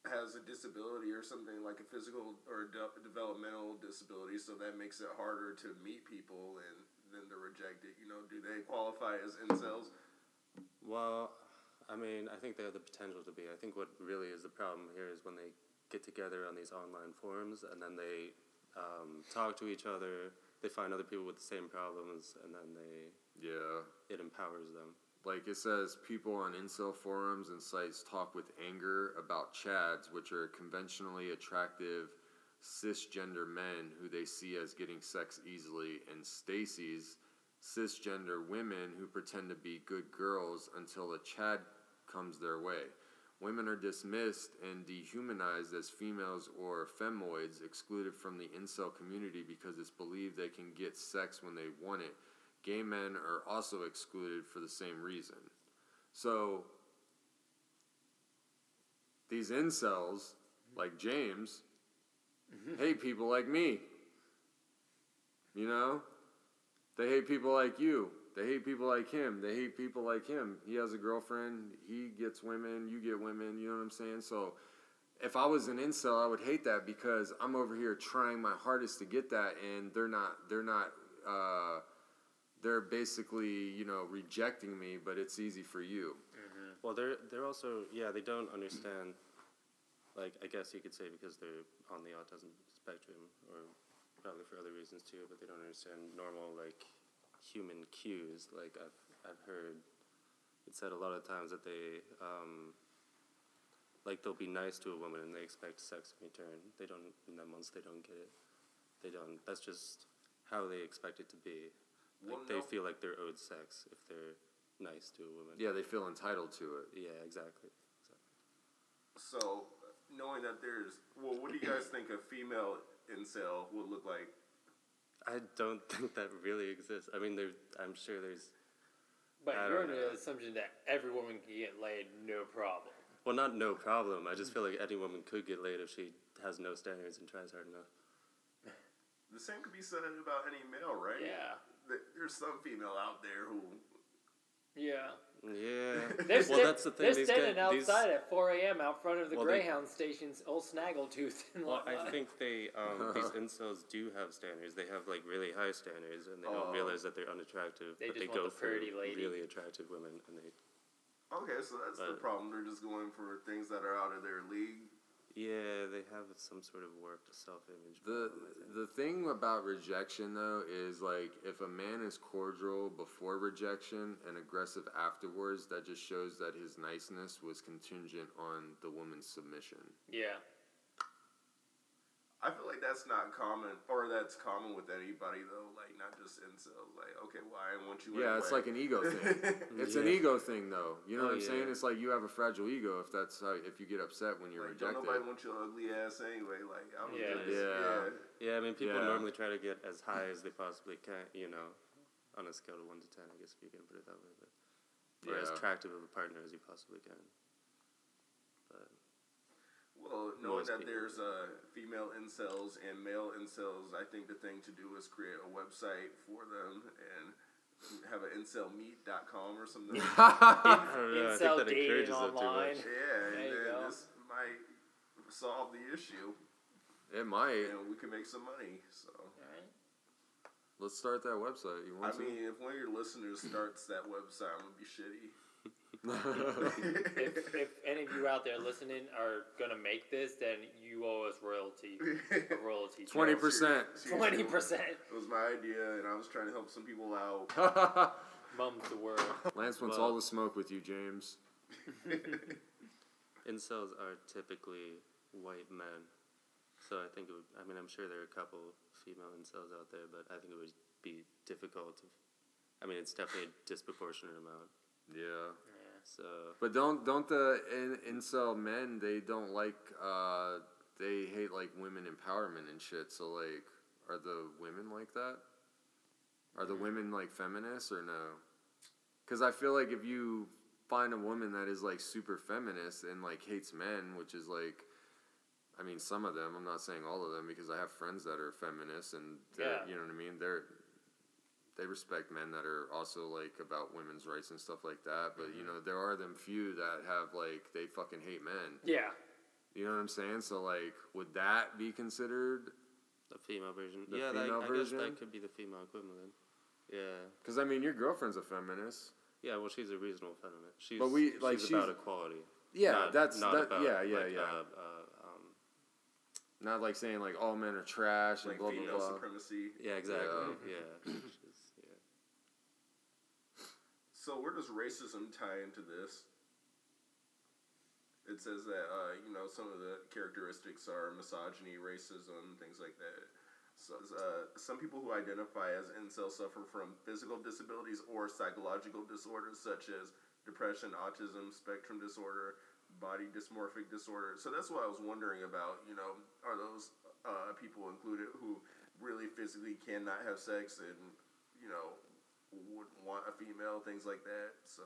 Speaker 4: has a disability or something like a physical or a de- developmental disability, so that makes it harder to meet people and then they're rejected. You know, do they qualify as incels?
Speaker 3: Well, I mean, I think they have the potential to be. I think what really is the problem here is when they get together on these online forums and then they um, talk to each other. They find other people with the same problems, and then they
Speaker 1: Yeah.
Speaker 3: it empowers them.
Speaker 1: Like it says, people on incel forums and sites talk with anger about chads, which are conventionally attractive cisgender men who they see as getting sex easily, and Stacy's cisgender women who pretend to be good girls until a chad comes their way. Women are dismissed and dehumanized as females or femoids, excluded from the incel community because it's believed they can get sex when they want it gay men are also excluded for the same reason. So these incels, like James, hate people like me. You know? They hate people like you. They hate people like him. They hate people like him. He has a girlfriend. He gets women. You get women. You know what I'm saying? So if I was an incel, I would hate that because I'm over here trying my hardest to get that, and they're not. They're not. Uh, they're basically you know rejecting me but it's easy for you
Speaker 3: Well, they're they're also yeah they don't understand. Like I guess you could say because they're on the autism spectrum, or probably for other reasons too. But they don't understand normal like human cues. Like I've I've heard it said a lot of times that they um, like they'll be nice to a woman and they expect sex in return. They don't, and then once they don't get it, they don't. That's just how they expect it to be. Like
Speaker 4: Well,
Speaker 3: they
Speaker 4: no.
Speaker 3: feel like they're owed sex if they're nice to a woman.
Speaker 1: Yeah, they feel entitled to it.
Speaker 3: Yeah, exactly. exactly.
Speaker 4: So, knowing that there's, well, what do you guys think a female incel would look like?
Speaker 3: I don't think that really exists. I mean, there. I'm sure there's.
Speaker 2: But
Speaker 3: I
Speaker 2: you're
Speaker 3: don't
Speaker 2: under
Speaker 3: know.
Speaker 2: the assumption that every woman can get laid, no problem.
Speaker 3: Well, not no problem. I just feel like any woman could get laid if she has no standards and tries hard enough.
Speaker 4: The same could be said about any male, right?
Speaker 2: Yeah.
Speaker 4: Th- There's some female out there who.
Speaker 2: Yeah.
Speaker 3: Yeah.
Speaker 2: They're,
Speaker 3: well,
Speaker 2: sta-
Speaker 3: that's the thing.
Speaker 2: They're
Speaker 3: these
Speaker 2: standing
Speaker 3: guys- these-
Speaker 2: outside at 4 a.m. out front of the
Speaker 3: Well, they-
Speaker 2: Greyhound stations, old Snaggletooth. And
Speaker 3: Well, I
Speaker 2: whatnot.
Speaker 3: think they um, these incels do have standards. They have like really high standards, and they
Speaker 4: Oh.
Speaker 3: don't realize that they're unattractive.
Speaker 2: They
Speaker 3: but
Speaker 2: just
Speaker 3: they
Speaker 2: want
Speaker 3: go
Speaker 2: the pretty
Speaker 3: for
Speaker 2: lady.
Speaker 3: really attractive women, and they
Speaker 4: Okay, so that's the
Speaker 3: But-
Speaker 4: problem. They're just going for things that are out of their league.
Speaker 3: yeah, they have some sort of warped self-image.
Speaker 1: The
Speaker 3: problem, I think.
Speaker 1: the thing about rejection though is like if a man is cordial before rejection and aggressive afterwards, that just shows that his niceness was contingent on the woman's submission.
Speaker 2: yeah.
Speaker 4: I feel like that's not common, or that's common with anybody though. Like not just incels. Like okay, well I want you.
Speaker 1: Yeah, it's
Speaker 4: anyway.
Speaker 1: like an ego thing. It's an
Speaker 3: Yeah.
Speaker 1: ego thing though. You know
Speaker 3: Oh,
Speaker 1: what I'm saying?
Speaker 3: yeah.
Speaker 1: It's like you have a fragile ego if that's how if you get upset when you're
Speaker 4: Like, don't
Speaker 1: rejected.
Speaker 4: nobody want your ugly ass anyway. Like I'm
Speaker 2: Yeah.
Speaker 4: just,
Speaker 1: Yeah.
Speaker 3: Yeah, I mean, people
Speaker 1: Yeah.
Speaker 3: normally try to get as high as they possibly can, you know, on a scale of 1 to 10, I guess, if you can put it that way. But, or as
Speaker 1: Yeah.
Speaker 3: attractive of a partner as you possibly can. But,
Speaker 4: Well, knowing
Speaker 3: Most
Speaker 4: that
Speaker 3: people.
Speaker 4: there's uh, female incels and male incels, I think the thing to do is create a website for them and have an incelmeet.com or something. yeah,
Speaker 3: I don't know, I
Speaker 2: Incel
Speaker 3: think that
Speaker 2: dating
Speaker 3: encourages them too
Speaker 2: online.
Speaker 3: much.
Speaker 4: and
Speaker 2: There you
Speaker 4: then
Speaker 2: go.
Speaker 4: this might solve the issue,
Speaker 1: it might.
Speaker 4: and we can make some money. So,
Speaker 1: Let's start that website. You
Speaker 4: I
Speaker 1: want
Speaker 4: mean, if one of your listeners starts that website, I'm gonna be shitty.
Speaker 1: to?
Speaker 2: if, if any of you out there listening are going to make this, then you owe us royalty. a royalty. check.
Speaker 1: Twenty percent.
Speaker 2: Twenty percent.
Speaker 4: It was my idea, and I was trying to help some people out.
Speaker 2: Mum's the word.
Speaker 1: Lance wants
Speaker 3: Well-
Speaker 1: all the smoke with you, James.
Speaker 3: Incels are typically white men. So I think it would, I mean, I'm sure there are a couple female incels out there, but I think it would be difficult. To, I mean, it's definitely a disproportionate amount.
Speaker 1: Yeah.
Speaker 3: So,
Speaker 1: But don't don't the in, incel men they don't like uh they hate like women empowerment and shit. So like, are the women like that? Are the women like feminists or no? Because I feel like if you find a woman that is like super feminist and like hates men, which is like. I mean, some of them. I'm not saying all of them because I have friends that are feminists, and they're
Speaker 2: Yeah.
Speaker 1: you know what I mean. They're they respect men that are also like about women's rights and stuff like that. But you know, there are them few that have like they fucking hate men.
Speaker 2: Yeah.
Speaker 1: You know what I'm saying? So like, would that be considered?
Speaker 3: the female version.
Speaker 1: The
Speaker 3: yeah, that-
Speaker 1: female
Speaker 3: I guess
Speaker 1: version?
Speaker 3: that could be the female equivalent. Yeah.
Speaker 1: Because I mean, your girlfriend's a feminist.
Speaker 3: Yeah, well, she's a reasonable feminist. She's,
Speaker 1: But we- like,
Speaker 3: she's,
Speaker 1: she's-
Speaker 3: about equality.
Speaker 1: Yeah,
Speaker 3: Not-
Speaker 1: that's
Speaker 3: not
Speaker 1: that,
Speaker 3: about,
Speaker 1: yeah, yeah,
Speaker 3: like,
Speaker 1: yeah.
Speaker 3: Uh, uh, um,
Speaker 1: Not like saying like all men are trash and
Speaker 4: Like
Speaker 1: blah blah
Speaker 4: female
Speaker 1: blah.
Speaker 4: supremacy.
Speaker 3: yeah, exactly. Yeah. she's, yeah.
Speaker 4: So where does racism tie into this? It says that uh, you know some of the characteristics are misogyny, racism, things like that. So uh, some people who identify as incel suffer from physical disabilities or psychological disorders such as depression, autism spectrum disorder, body dysmorphic disorder. So that's what I was wondering about. You know, are those uh, people included who really physically cannot have sex and you know would want a female, things like that. So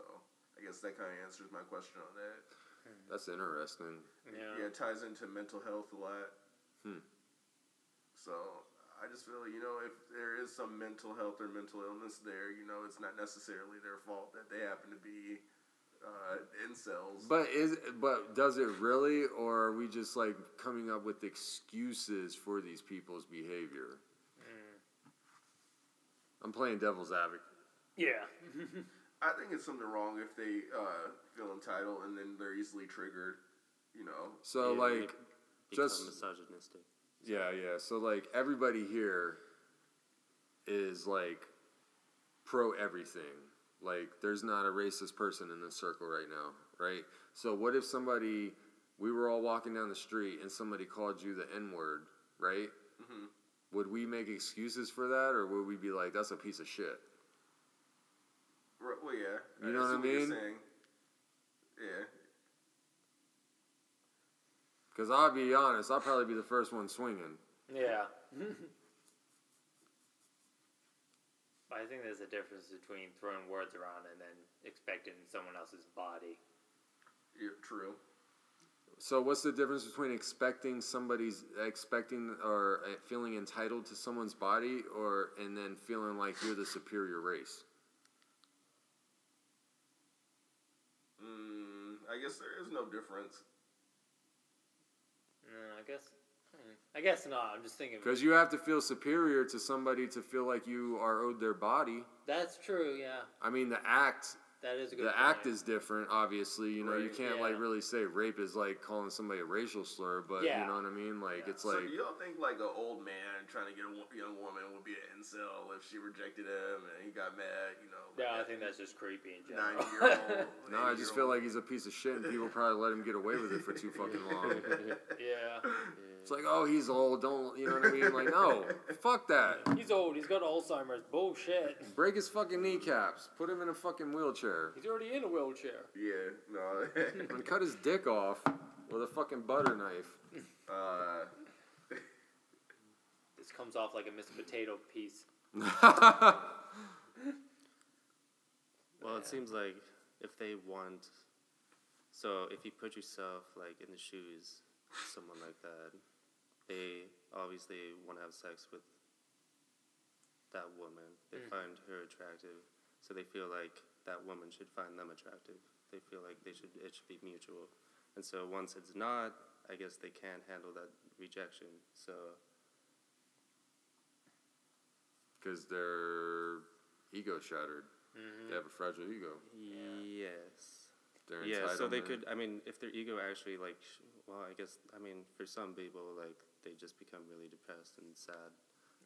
Speaker 4: I guess that kind of answers my question on that.
Speaker 1: That's interesting.
Speaker 4: Yeah,
Speaker 2: Yeah.
Speaker 4: it ties into mental health a lot.
Speaker 1: Hmm.
Speaker 4: So I just feel, you know, if there is some mental health or mental illness there, you know, it's not necessarily their fault that they happen to be uh, incels.
Speaker 1: But is but does it really, or are we just like coming up with excuses for these people's behavior? I'm playing devil's advocate.
Speaker 2: Yeah.
Speaker 4: I think it's something wrong if they uh, feel entitled and then they're easily triggered. You know,
Speaker 1: So
Speaker 3: Yeah, when
Speaker 1: like,
Speaker 3: they
Speaker 1: just-
Speaker 3: become misogynistic.
Speaker 1: Yeah, yeah. So like everybody here is like pro everything. Like there's not a racist person in this circle right now, right? So what if somebody we were all walking down the street and somebody called you the N-word, right? would we make excuses for that, or would we be like, "That's a piece of shit"?
Speaker 4: R- Well, yeah.
Speaker 1: You know what I
Speaker 4: see you're
Speaker 1: mean?
Speaker 4: saying. Yeah.
Speaker 1: Because I'll be honest, I'll probably be the first one swinging.
Speaker 2: Yeah. I think there's a difference between throwing words around and then expecting someone else's body.
Speaker 4: Yeah, true.
Speaker 1: So what's the difference between expecting somebody's expecting or uh, feeling entitled to someone's body, or and then feeling like you're the superior race?
Speaker 4: Mm, I guess there is no difference.
Speaker 2: No, Mm, I guess. hmm, I guess not. I'm just thinking.
Speaker 1: Because you have to feel superior to somebody to feel like you are owed their body.
Speaker 2: That's true. Yeah,
Speaker 1: I mean, the act
Speaker 2: that is a
Speaker 1: the
Speaker 2: good.
Speaker 1: act
Speaker 2: point.
Speaker 1: is different. Obviously, you know, you
Speaker 4: Right.
Speaker 1: can't like
Speaker 2: Yeah.
Speaker 1: really say rape is like calling somebody a racial slur, but
Speaker 2: Yeah.
Speaker 1: you know what I mean. Like
Speaker 2: Yeah.
Speaker 1: it's like
Speaker 4: so do y'all think like an old man trying to get a wo- young woman would be an incel if she rejected him and he got mad? You know.
Speaker 2: No, I think that's just creepy in general.
Speaker 4: ninety year old.
Speaker 1: no, I just feel like he's a piece of shit, and people probably let him get away with it for too fucking long.
Speaker 2: yeah,
Speaker 1: It's like, oh, he's old. Don't you know what I mean? Like, no, fuck that.
Speaker 2: he's old. He's got Alzheimer's. Bullshit.
Speaker 1: Break his fucking kneecaps. Put him in a fucking wheelchair.
Speaker 2: He's already in a wheelchair.
Speaker 4: Yeah. No.
Speaker 1: And cut his dick off with a fucking butter knife.
Speaker 4: Uh,
Speaker 2: This comes off like a Mr. Potato piece.
Speaker 3: Well, it seems like if they want, so if you put yourself like in the shoes of someone like that, they obviously want to have sex with that woman. They find her attractive, so they feel like that woman should find them attractive. They feel like they should it should be mutual, and so once it's not, I guess they can't handle that rejection. So
Speaker 1: Because their ego shattered.
Speaker 3: Mm-hmm.
Speaker 1: They have a fragile ego.
Speaker 3: yes.
Speaker 1: Their
Speaker 3: Yeah, so they
Speaker 1: entitlement.
Speaker 3: could. I mean, if their ego actually like, sh- well, I guess. I mean, for some people, like they just become really depressed and sad,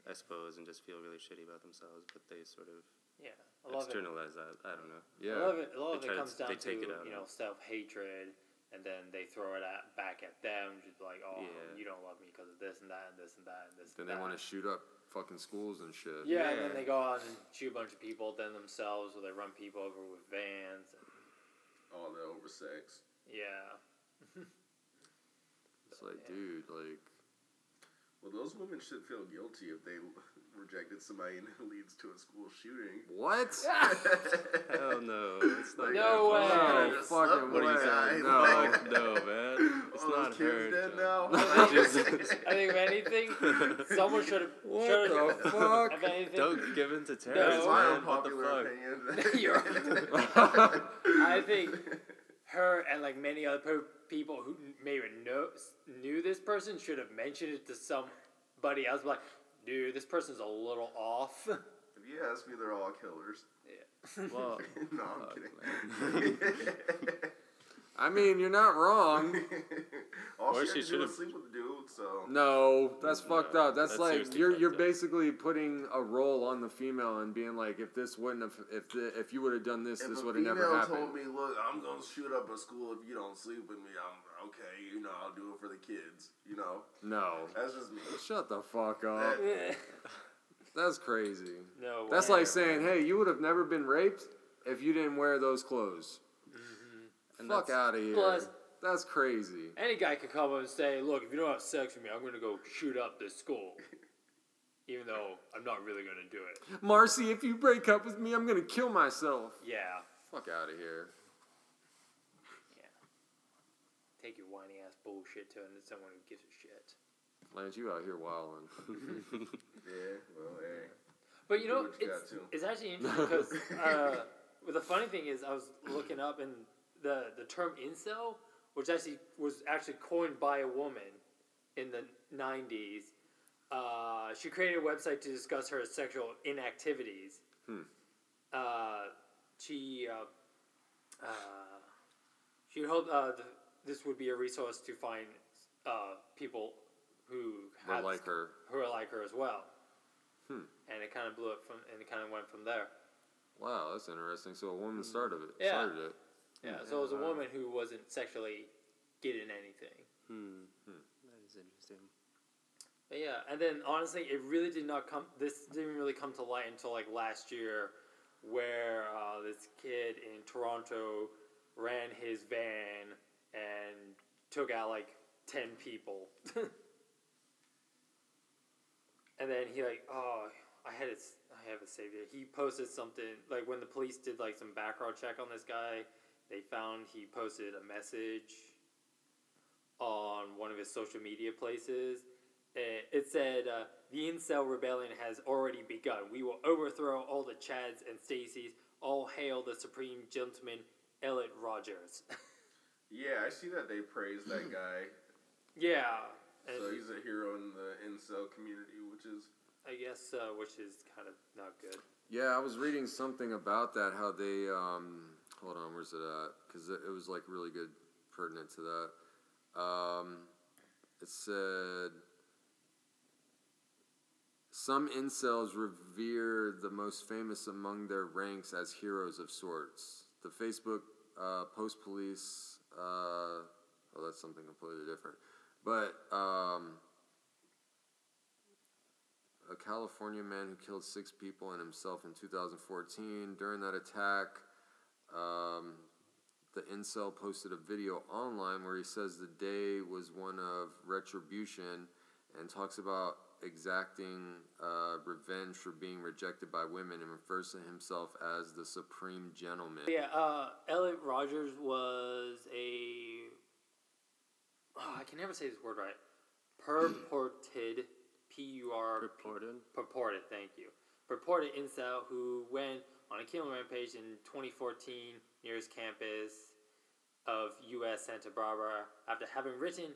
Speaker 3: I suppose, and just feel really shitty about themselves. But they sort of
Speaker 2: Yeah, I love it.
Speaker 3: externalize that. I don't know.
Speaker 1: Yeah.
Speaker 2: A lot of it, a lot of
Speaker 3: They
Speaker 2: it
Speaker 3: try to-
Speaker 2: comes down
Speaker 3: they
Speaker 2: to
Speaker 3: take it out
Speaker 2: you
Speaker 3: on
Speaker 2: know
Speaker 3: it.
Speaker 2: self hatred, and then they throw it at, back at them, just like, oh,
Speaker 3: Yeah.
Speaker 2: you don't love me because of this and that and this and that and this.
Speaker 1: Then
Speaker 2: and
Speaker 1: they
Speaker 2: that.
Speaker 1: want to shoot up fucking schools and shit.
Speaker 2: Yeah, and then
Speaker 3: Yeah.
Speaker 2: they go out and shoot a bunch of people, then themselves, or they run people over with vans. And,
Speaker 4: all the over sex.
Speaker 2: yeah,
Speaker 1: It's like, dude, like,
Speaker 4: Well, those women should feel guilty if they rejected somebody and it leads to a school shooting.
Speaker 1: what?
Speaker 4: Oh,
Speaker 3: Hell no, it's not.
Speaker 2: No
Speaker 3: her fault.
Speaker 2: way.
Speaker 1: No
Speaker 4: Just
Speaker 1: fucking
Speaker 4: up with
Speaker 1: way.
Speaker 4: you guys.
Speaker 1: No.
Speaker 4: Like-
Speaker 3: Fuck Oh, no, man. It's
Speaker 4: All
Speaker 3: not
Speaker 4: those
Speaker 3: her.
Speaker 4: kids dead
Speaker 3: job.
Speaker 4: now.
Speaker 3: Jesus.
Speaker 2: I think if anything, someone should have.
Speaker 1: What the fuck?
Speaker 2: If anything,
Speaker 3: Don't give in to
Speaker 2: That's
Speaker 3: terrorists,
Speaker 4: That's my
Speaker 3: man. What the
Speaker 4: unpopular
Speaker 3: fuck?
Speaker 4: opinion.
Speaker 2: You're right. I think her and like many other per- people who n- maybe know, knew this person should have mentioned it to somebody else. Like, dude, this person's a little off.
Speaker 4: If you ask me, they're all killers.
Speaker 3: Well,
Speaker 4: no, I'm
Speaker 3: fuck, man.
Speaker 4: kidding.
Speaker 1: I mean, you're not wrong.
Speaker 4: all
Speaker 3: Or
Speaker 4: she,
Speaker 3: she
Speaker 4: had to do was
Speaker 3: should've-
Speaker 4: sleep with the dude, so.
Speaker 1: No, that's
Speaker 3: No,
Speaker 1: fucked up. That's,
Speaker 3: that's
Speaker 1: like
Speaker 3: seriously
Speaker 1: you're
Speaker 3: fucked
Speaker 1: you're
Speaker 3: up.
Speaker 1: basically putting a role on the female and being like, if this wouldn't have, if the, if you would have done this,
Speaker 4: If
Speaker 1: this
Speaker 4: a
Speaker 1: would have never
Speaker 4: female
Speaker 1: happened.
Speaker 4: told me, look, I'm going to shoot up a school if you don't sleep with me, I'm okay, you know, I'll do it for the kids, you know?
Speaker 1: No,
Speaker 4: That's just me.
Speaker 1: shut the fuck up. That's crazy.
Speaker 2: no,
Speaker 1: That's
Speaker 2: way.
Speaker 1: like saying, hey, you would have never been raped if you didn't wear those clothes.
Speaker 3: Mm-hmm. And
Speaker 1: Fuck
Speaker 3: that's-
Speaker 1: out of here.
Speaker 2: Plus-
Speaker 1: that's crazy.
Speaker 2: Any guy could come up and say, "Look, if you don't have sex with me, I'm going to go shoot up this school," even though I'm not really going to do it.
Speaker 1: Marcy, if you break up with me, I'm gonna kill myself.
Speaker 2: Yeah,
Speaker 1: Fuck out of here.
Speaker 2: take your whiny ass bullshit to an- someone who gives a shit.
Speaker 1: Lance, you out here wilding.
Speaker 4: Yeah, well, hey.
Speaker 2: But you
Speaker 4: Do
Speaker 2: know,
Speaker 4: what you
Speaker 2: it's,
Speaker 4: got to.
Speaker 2: it's actually interesting because uh, well, the funny thing is, I was looking up and the the term incel, which actually was actually coined by a woman in the '90s. Uh, she created a website to discuss her sexual inactivities. Uh, she uh, uh, she hoped uh, th- this would be a resource to find uh, people who
Speaker 1: We're
Speaker 2: had
Speaker 1: like her.
Speaker 2: who are like her as well. And it kind of blew up from, and it kind of went from there.
Speaker 1: Wow, that's interesting. So a woman started it.
Speaker 2: Yeah.
Speaker 1: Started it.
Speaker 2: Yeah. So it was a woman who wasn't sexually getting anything.
Speaker 3: That is interesting.
Speaker 2: But yeah, and then honestly, it really did not come. This didn't really come to light until like last year, where uh, this kid in Toronto ran his van and took out like ten people. and then he like, oh, I had it. s- I have it saved here. He posted something like when the police did like some background check on this guy. They found he posted a message on one of his social media places. It, it said, uh, "The incel rebellion has already begun. We will overthrow all the Chads and Stacys. All hail the supreme gentleman, Elliot Rogers."
Speaker 4: Yeah, I see that they praise that guy.
Speaker 2: yeah, and
Speaker 4: so he's a hero in the incel community, which is
Speaker 2: I guess uh, which is kind of not good.
Speaker 1: Yeah, I was reading something about that. How they um, hold on, where's it at? Because it, it was like really good, pertinent to that. Um, it said some incels revere the most famous among their ranks as heroes of sorts. The Facebook uh, post police. Uh, oh, that's something completely different. But um, a California man who killed six people and himself in 2014. During that attack, um, the incel posted a video online where he says the day was one of retribution and talks about exacting uh, revenge for being rejected by women and refers to himself as the supreme gentleman.
Speaker 2: Yeah, uh, Elliot Rogers was a. Oh, I can never say this word right. Purported, P U R P
Speaker 3: Reported.
Speaker 2: purported, thank you, purported incel who went on a killing rampage in 2014 near his campus of U.S. Santa Barbara after having written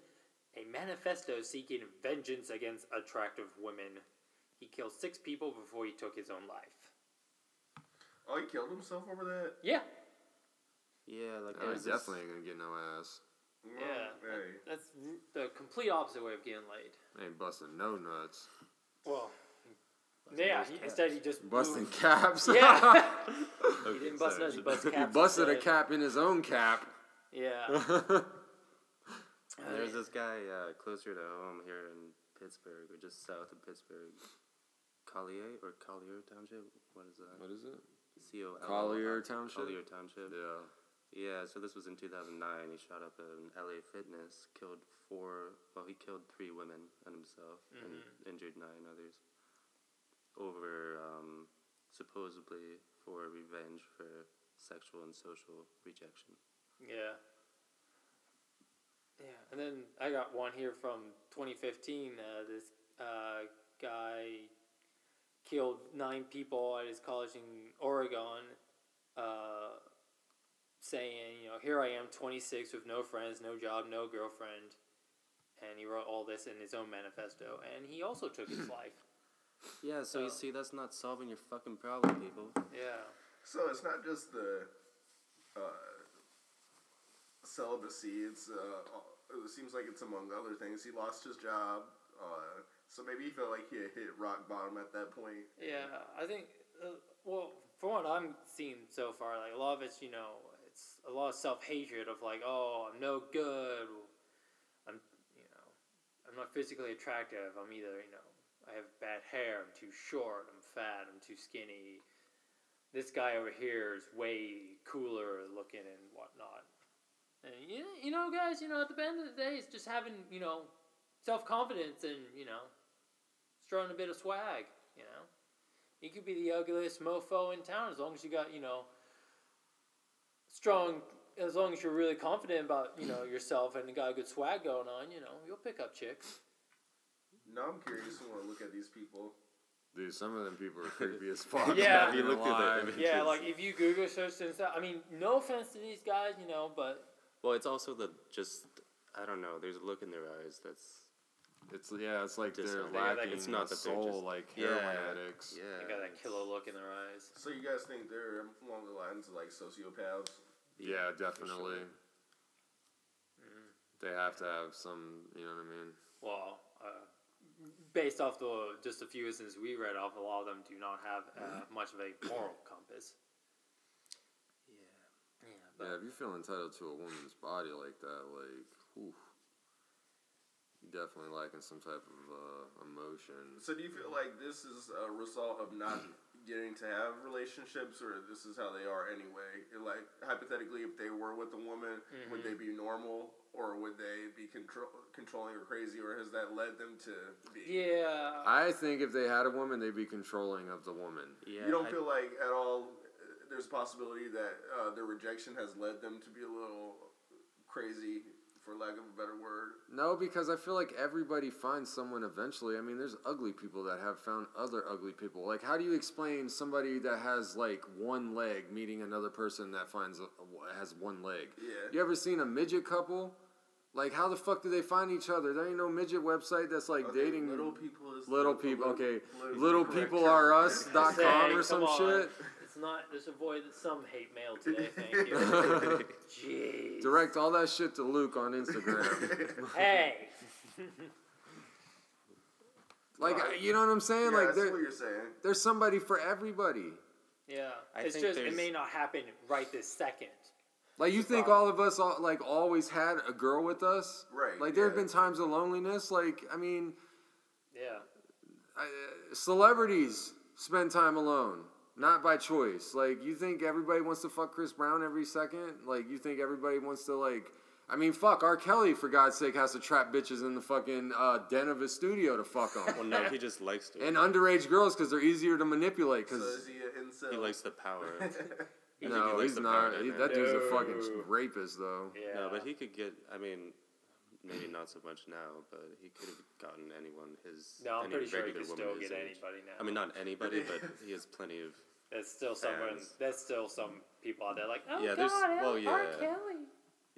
Speaker 2: a manifesto seeking vengeance against attractive women. He killed six people before he took his own life.
Speaker 4: oh, he killed himself over that.
Speaker 2: Yeah,
Speaker 3: Yeah, like
Speaker 4: Oh,
Speaker 1: I
Speaker 3: there's this-
Speaker 1: definitely ain't gonna get no ass.
Speaker 4: Well,
Speaker 2: yeah,
Speaker 4: Hey,
Speaker 2: that- that's r- the complete opposite way of getting laid.
Speaker 1: I ain't busting no nuts.
Speaker 2: Well, yeah,
Speaker 3: those
Speaker 2: he,
Speaker 3: cats.
Speaker 2: instead he just
Speaker 1: Busting
Speaker 2: blew-
Speaker 1: caps.
Speaker 2: Yeah, he
Speaker 3: Okay,
Speaker 2: didn't bust
Speaker 3: sorry.
Speaker 2: nuts, he busted
Speaker 1: he
Speaker 2: caps.
Speaker 1: busted a
Speaker 2: instead.
Speaker 1: cap in his own cap.
Speaker 2: Yeah.
Speaker 3: There's this guy uh, closer to home here in Pittsburgh, or just south of Pittsburgh, Collier or Collier Township. What is that?
Speaker 1: what is it?
Speaker 3: C O L L I-
Speaker 1: Uh,
Speaker 3: E.
Speaker 1: Collier Township?
Speaker 3: Collier Township.
Speaker 1: Yeah.
Speaker 3: Yeah. So this was in 2009. He shot up an LA Fitness, killed four. Well, he killed three women and himself, and injured nine others. Over um, supposedly for revenge for sexual and social rejection.
Speaker 2: Yeah. Yeah, and then I got one here from 2015. Uh, this uh, guy killed nine people at his college in Oregon, uh, saying, you know, here I am, 26, with no friends, no job, no girlfriend. And he wrote all this in his own manifesto, and he also took his life.
Speaker 3: Yeah. So
Speaker 2: Oh.
Speaker 3: you see, that's not solving your fucking problem, people.
Speaker 2: Yeah.
Speaker 4: so it's not just the uh, celibacy. It's uh, it seems like it's among other things. He lost his job, uh, so maybe he felt like he had hit rock bottom at that point.
Speaker 2: Yeah, I think. Uh, well, for what I'm seeing so far, like a lot of it's you know, it's a lot of self hatred of like, oh, I'm no good. I'm you know, I'm not physically attractive. I'm either you know, I have bad hair. I'm too short. I'm fat. I'm too skinny. This guy over here is way cooler looking and whatnot. And you you know, guys, you know, at the end of the day, it's just having you know, self confidence and you know, throwing a bit of swag. You know. You could be the ugliest mofo in town as long as you got, you know, strong, as long as you're really confident about, you know, yourself and you got a good swag going on, you know, you'll pick up chicks.
Speaker 4: Now I'm curious. I want to look at these people.
Speaker 1: Dude, some of them people are creepy as fuck.
Speaker 2: Yeah.
Speaker 1: If you look through
Speaker 3: Yeah.
Speaker 1: their images.
Speaker 2: Yeah, like if you Google search and stuff, I mean, no offense to these guys, you know, but
Speaker 3: Well, it's also the just I don't know. There's a look in their eyes that's
Speaker 1: it's yeah, it's like they're
Speaker 3: Disorder.
Speaker 1: lacking
Speaker 3: It's not
Speaker 1: the
Speaker 3: that they're
Speaker 1: soul,
Speaker 3: just-
Speaker 1: like
Speaker 3: Yeah.
Speaker 1: heroin addicts.
Speaker 3: yeah.
Speaker 2: they got that killer look in their eyes.
Speaker 4: So you guys think they're along the lines of like sociopaths?
Speaker 1: Yeah, definitely. They have to have some, you know what I mean?
Speaker 2: Well, uh, based off the just a few instances we read off, a lot of them do not have uh, much of a moral compass.
Speaker 3: Yeah.
Speaker 2: Yeah,
Speaker 1: Yeah, if you feel entitled to a woman's body like that, like, whew, you definitely lacking some type of uh, emotion.
Speaker 4: So do you feel like this is a result of not getting to have relationships, or this is how they are anyway? Like hypothetically, if they were with a woman, would they
Speaker 3: Mm-hmm.
Speaker 4: be normal, or would they be control- controlling or crazy, or has that led them to be?
Speaker 2: Yeah.
Speaker 1: I think if they had a woman, they'd be controlling of the woman.
Speaker 3: Yeah,
Speaker 4: you
Speaker 3: I-
Speaker 4: don't feel like at all uh, there's a possibility that uh, their rejection has led them to be a little crazy, for lack of a better word.
Speaker 1: No, because I feel like everybody finds someone eventually. I mean, there's ugly people that have found other ugly people. Like, how do you explain somebody that has like one leg meeting another person that finds a, has one leg?
Speaker 4: Yeah.
Speaker 1: You ever seen a midget couple? Like, how the fuck do they find each other? There ain't no midget website that's like
Speaker 4: Okay,
Speaker 1: dating
Speaker 4: little people is
Speaker 1: little
Speaker 4: the
Speaker 1: people.
Speaker 4: polit-
Speaker 1: Okay,
Speaker 4: politically
Speaker 1: little
Speaker 4: correct
Speaker 1: people
Speaker 4: term.
Speaker 1: are us dot
Speaker 2: Say,
Speaker 1: com or
Speaker 2: come
Speaker 1: some
Speaker 2: on.
Speaker 1: shit.
Speaker 2: It's not. Just avoid some hate mail today. Thank you. Jeez.
Speaker 1: Direct all that shit to Luke on Instagram.
Speaker 2: Hey.
Speaker 1: like, you know what I'm saying?
Speaker 4: Yeah,
Speaker 1: like,
Speaker 4: that's
Speaker 1: there,
Speaker 4: what you're saying.
Speaker 1: there's somebody for everybody.
Speaker 2: Yeah.
Speaker 3: I
Speaker 2: it's
Speaker 3: think
Speaker 2: just
Speaker 3: there's-
Speaker 2: it may not happen right this second.
Speaker 1: Like you
Speaker 2: That's the
Speaker 1: think
Speaker 2: problem.
Speaker 1: all of us all, like always had a girl with us,
Speaker 4: Right,
Speaker 1: Like there have
Speaker 4: yeah.
Speaker 1: been times of loneliness. Like I mean,
Speaker 2: Yeah.
Speaker 1: I, uh, celebrities spend time alone, not by choice. Like you think everybody wants to fuck Chris Brown every second? Like you think everybody wants to like? I mean, fuck R. Kelly for God's sake has to trap bitches in the fucking uh, den of his studio to fuck
Speaker 3: Well,
Speaker 1: them,
Speaker 3: no, he just likes to.
Speaker 1: and underage girls because they're easier to manipulate.
Speaker 4: So
Speaker 1: Because
Speaker 4: is he an incel?
Speaker 3: he likes the power. he
Speaker 1: no,
Speaker 3: likes
Speaker 1: he's
Speaker 3: the
Speaker 1: not.
Speaker 3: power
Speaker 1: He-
Speaker 3: dynamic.
Speaker 1: that dude's a
Speaker 2: No.
Speaker 1: fucking rapist though.
Speaker 2: Yeah.
Speaker 3: No, but he could get. I mean, maybe not so much now, but he could have gotten anyone his.
Speaker 2: No, I'm
Speaker 3: any
Speaker 2: pretty sure he
Speaker 3: regular
Speaker 2: could
Speaker 3: woman
Speaker 2: still
Speaker 3: his
Speaker 2: get
Speaker 3: age.
Speaker 2: anybody now.
Speaker 3: I mean, not anybody, but he has plenty of.
Speaker 2: that's still someone.
Speaker 3: fans.
Speaker 2: That's still some people out there like, oh
Speaker 3: Yeah, there's-
Speaker 2: god,
Speaker 3: well,
Speaker 2: well,
Speaker 3: yeah.
Speaker 2: R. Kelly.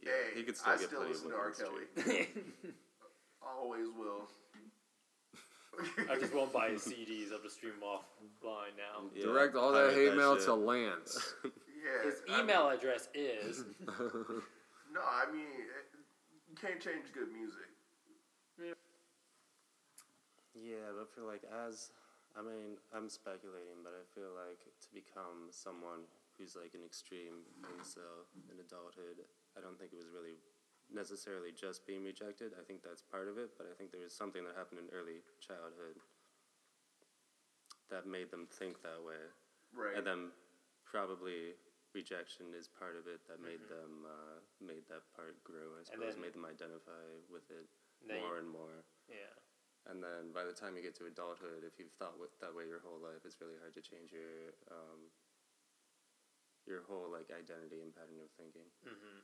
Speaker 3: Yeah,
Speaker 4: Hey,
Speaker 3: he could still
Speaker 4: I
Speaker 3: get
Speaker 4: still
Speaker 3: plenty of
Speaker 4: listen to
Speaker 3: women.
Speaker 4: R.
Speaker 3: on the
Speaker 4: Kelly.
Speaker 3: street.
Speaker 4: Always will.
Speaker 2: I just won't buy his CDs. I'll just stream 'em offline now.
Speaker 3: Yeah,
Speaker 1: Direct all that
Speaker 3: pirate
Speaker 1: hate mail
Speaker 3: shit.
Speaker 1: to Lance.
Speaker 4: yeah,
Speaker 2: His
Speaker 4: I
Speaker 2: email address is.
Speaker 4: mean- no, I mean it, you can't change good music.
Speaker 3: Yeah, but for like as I mean, I'm speculating, but I feel like to become someone who's like an extreme incel in adulthood, I don't think it was really necessarily just being rejected. I think that's part of it, but I think there was something that happened in early childhood that made them think that way.
Speaker 4: Right.
Speaker 3: And then probably rejection is part of it that made them uh, made that part grow, I suppose,
Speaker 2: Mm-hmm. then-
Speaker 3: made them identify with it
Speaker 2: Then you-
Speaker 3: more and more.
Speaker 2: Yeah.
Speaker 3: And then by the time you get to adulthood, if you've thought wi- that way your whole life, it's really hard to change your um, your whole like identity and pattern of thinking.
Speaker 2: Mm-hmm.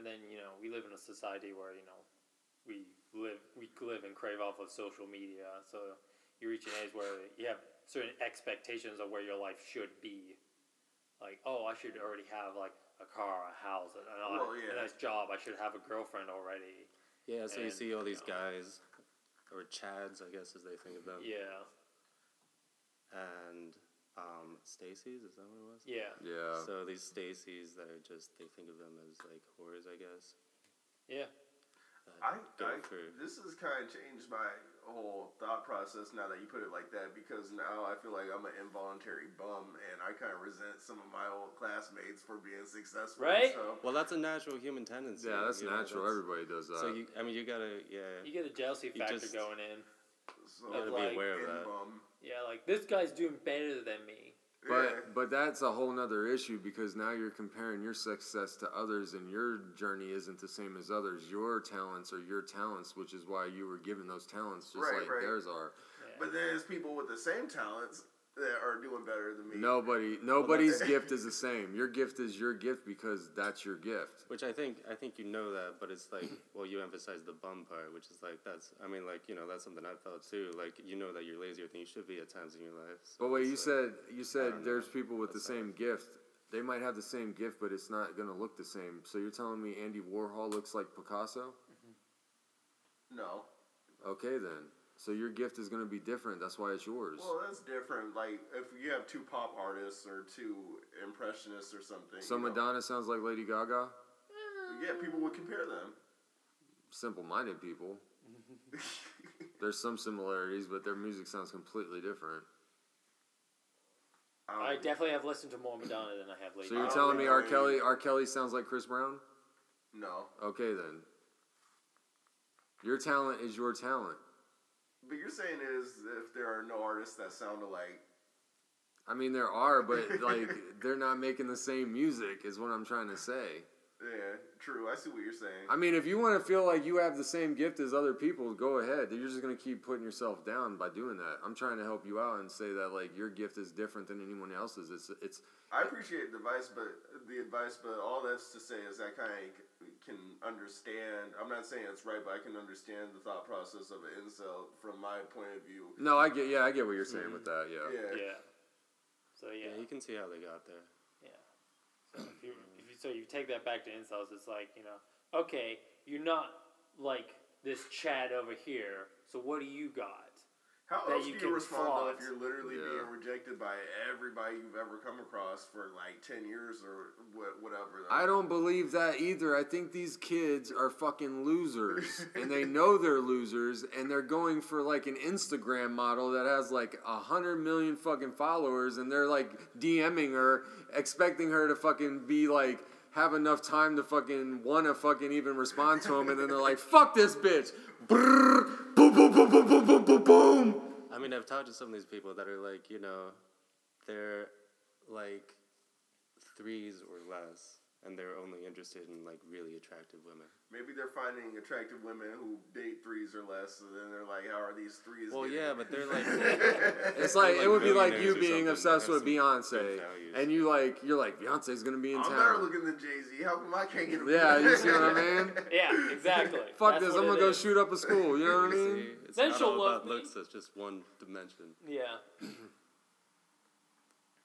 Speaker 2: And then you know we live in a society where you know we live we live and crave off of social media. So you reach an age where you have certain expectations of where your life should be. Like oh, I should already have like a car, a house, a, a,
Speaker 4: Well,
Speaker 2: a
Speaker 4: yeah.
Speaker 2: nice job. I should have a girlfriend already.
Speaker 3: Yeah, so you
Speaker 2: And,
Speaker 3: see all these
Speaker 2: you know.
Speaker 3: guys, or chads, I guess, as they think of them.
Speaker 2: Yeah,
Speaker 3: And um, Stacy's, is that what it was?
Speaker 2: yeah,
Speaker 1: Yeah.
Speaker 3: So these Stacy's that are just they think of them as like whores, I guess.
Speaker 2: yeah.
Speaker 3: that
Speaker 4: I,
Speaker 3: go
Speaker 4: I
Speaker 3: for-
Speaker 4: this has kind of changed my whole thought process now that you put it like that because now I feel like I'm an involuntary bum and I kind of resent some of my old classmates for being successful.
Speaker 2: Right?
Speaker 4: So
Speaker 3: Well, that's a natural human tendency.
Speaker 1: Yeah, that's
Speaker 3: you know,
Speaker 1: natural. uh,
Speaker 3: that's-
Speaker 1: Everybody does that.
Speaker 3: So you, I mean, you gotta, yeah.
Speaker 2: You get a jealousy
Speaker 3: You
Speaker 2: factor
Speaker 3: just-
Speaker 2: going in.
Speaker 4: so
Speaker 2: gotta be
Speaker 3: aware of
Speaker 4: in
Speaker 3: that.
Speaker 4: Bum.
Speaker 2: Yeah, like this guy's doing better than me.
Speaker 1: but
Speaker 4: yeah.
Speaker 1: but that's a whole nother issue because now you're comparing your success to others, and your journey isn't the same as others. Your talents are your talents, which is why you were given those talents, just
Speaker 4: Right,
Speaker 1: like
Speaker 4: right.
Speaker 1: theirs are.
Speaker 2: Yeah.
Speaker 4: But there's people with the same talents that are doing better than me.
Speaker 1: Nobody, nobody's
Speaker 4: that's-
Speaker 1: gift is the same. Your gift is your gift because that's your gift.
Speaker 3: Which I think I think you know that, but it's like well, you emphasize the bum part, which is like that's I mean like you know that's something I felt too. Like you know that you're lazier than you should be at times in your life. So
Speaker 1: But wait,
Speaker 3: it's
Speaker 1: you
Speaker 3: like-
Speaker 1: said you said
Speaker 3: don't
Speaker 1: there's
Speaker 3: know.
Speaker 1: people with the
Speaker 3: That's how I
Speaker 1: same gift. They might have the same gift, but it's not going to look the same. So you're telling me Andy Warhol looks like Picasso?
Speaker 4: No.
Speaker 1: Okay, then. So your gift is going to be different. That's why it's yours.
Speaker 4: Well, that's different. Like if you have two pop artists or two impressionists or something.
Speaker 1: So
Speaker 4: you know.
Speaker 1: Madonna sounds like Lady Gaga.
Speaker 4: Yeah, people would compare them.
Speaker 1: Simple-minded people. There's some similarities, but their music sounds completely different.
Speaker 4: I don't
Speaker 2: I
Speaker 4: know.
Speaker 2: definitely have listened to more Madonna than I have
Speaker 1: So
Speaker 2: lately.
Speaker 1: you're
Speaker 4: I
Speaker 1: telling me
Speaker 4: don't
Speaker 1: R.
Speaker 4: know.
Speaker 1: Kelly, R. Kelly sounds like Chris Brown?
Speaker 4: no.
Speaker 1: Okay then. Your talent is your talent.
Speaker 4: But you're saying is if there are no artists that sound alike,
Speaker 1: I mean, there are, but like they're not making the same music, is what I'm trying to say.
Speaker 4: yeah, true. I see what you're saying.
Speaker 1: I mean, if you want to feel like you have the same gift as other people, go ahead. You're just gonna keep putting yourself down by doing that. I'm trying to help you out and say that like your gift is different than anyone else's. It's it's
Speaker 4: I appreciate the advice, but the advice, but all that's to say is I kind of can understand. I'm not saying it's right, but I can understand the thought process of an incel from my point of view.
Speaker 1: no, I get yeah, I get what you're saying with that. Yeah,
Speaker 4: Yeah,
Speaker 2: Yeah. So
Speaker 3: Yeah,
Speaker 2: yeah,
Speaker 3: you can see how they got there.
Speaker 2: yeah. So if you, if you so you take that back to incels, it's like you know, okay, you're not like this Chad over here. So what do you got?
Speaker 4: How
Speaker 2: That
Speaker 4: else
Speaker 2: you
Speaker 4: do
Speaker 2: can
Speaker 4: you respond though
Speaker 2: flaunt.
Speaker 4: if you're literally
Speaker 1: Yeah.
Speaker 4: being rejected by everybody you've ever come across for like ten years or wha- whatever?
Speaker 1: I don't believe that either. I think these kids are fucking losers, and they know they're losers, and they're going for like an Instagram model that has like a hundred million fucking followers, and they're like DMing her, expecting her to fucking be like have enough time to fucking want to fucking even respond to them, and then they're like, "Fuck this bitch!" Brrr, boom, boom, boom, boom, boom, boom, boom, boom.
Speaker 3: I mean, I've talked to some of these people that are like, you know, they're like threes or less, and they're only interested in like really attractive women.
Speaker 4: Maybe they're finding attractive women who date threes or less, and then they're like, "How are these threes?"
Speaker 3: Well,
Speaker 4: getting
Speaker 3: yeah, but they're like,
Speaker 1: It's like,
Speaker 3: Like
Speaker 1: it would be like you
Speaker 3: billionaires or
Speaker 1: being
Speaker 3: something
Speaker 1: obsessed
Speaker 3: that
Speaker 1: with
Speaker 3: have some
Speaker 1: Beyonce,
Speaker 3: good values.
Speaker 1: and you like you're like Beyonce's gonna be in
Speaker 4: I'm
Speaker 1: town.
Speaker 4: better looking than Jay Z. How come I can't get a
Speaker 1: Yeah, you see what I mean?
Speaker 2: Yeah, exactly.
Speaker 1: Fuck
Speaker 2: That's
Speaker 1: this,
Speaker 2: what
Speaker 1: I'm gonna
Speaker 2: it
Speaker 1: go
Speaker 2: is.
Speaker 1: shoot up a school, you know what I mean?
Speaker 3: see, it's
Speaker 2: Then
Speaker 3: not
Speaker 2: she'll
Speaker 3: all
Speaker 2: love
Speaker 3: about
Speaker 2: me.
Speaker 3: looks. It's just one dimension.
Speaker 2: Yeah.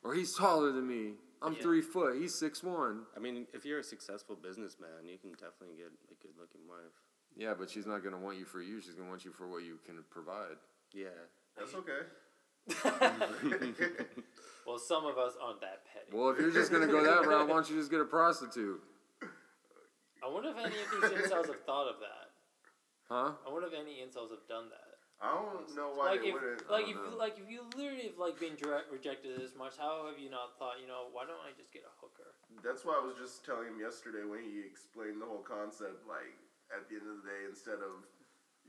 Speaker 1: Or he's taller than me. I'm
Speaker 2: Yeah.
Speaker 1: three foot, he's six one.
Speaker 3: I mean, if you're a successful businessman, you can definitely get a good-looking wife.
Speaker 1: Yeah, but she's not gonna want you for you, she's gonna want you for what you can provide.
Speaker 3: Yeah.
Speaker 4: That's okay.
Speaker 2: Well, some of us aren't that petty.
Speaker 1: Well, if you're just gonna go that route, why don't you just get a prostitute?
Speaker 2: I wonder if any of these incels have thought of that.
Speaker 1: Huh?
Speaker 2: I wonder if any incels have done that.
Speaker 4: I don't know why
Speaker 2: Like
Speaker 4: they
Speaker 2: if,
Speaker 4: wouldn't. uh,
Speaker 2: like
Speaker 1: I
Speaker 2: if,
Speaker 1: don't
Speaker 2: you,
Speaker 1: know.
Speaker 2: like if you literally have like been direct, rejected this much, how have you not thought, you know, why don't I just get a hooker?
Speaker 4: That's why I was just telling him yesterday when he explained the whole concept. Like at the end of the day, instead of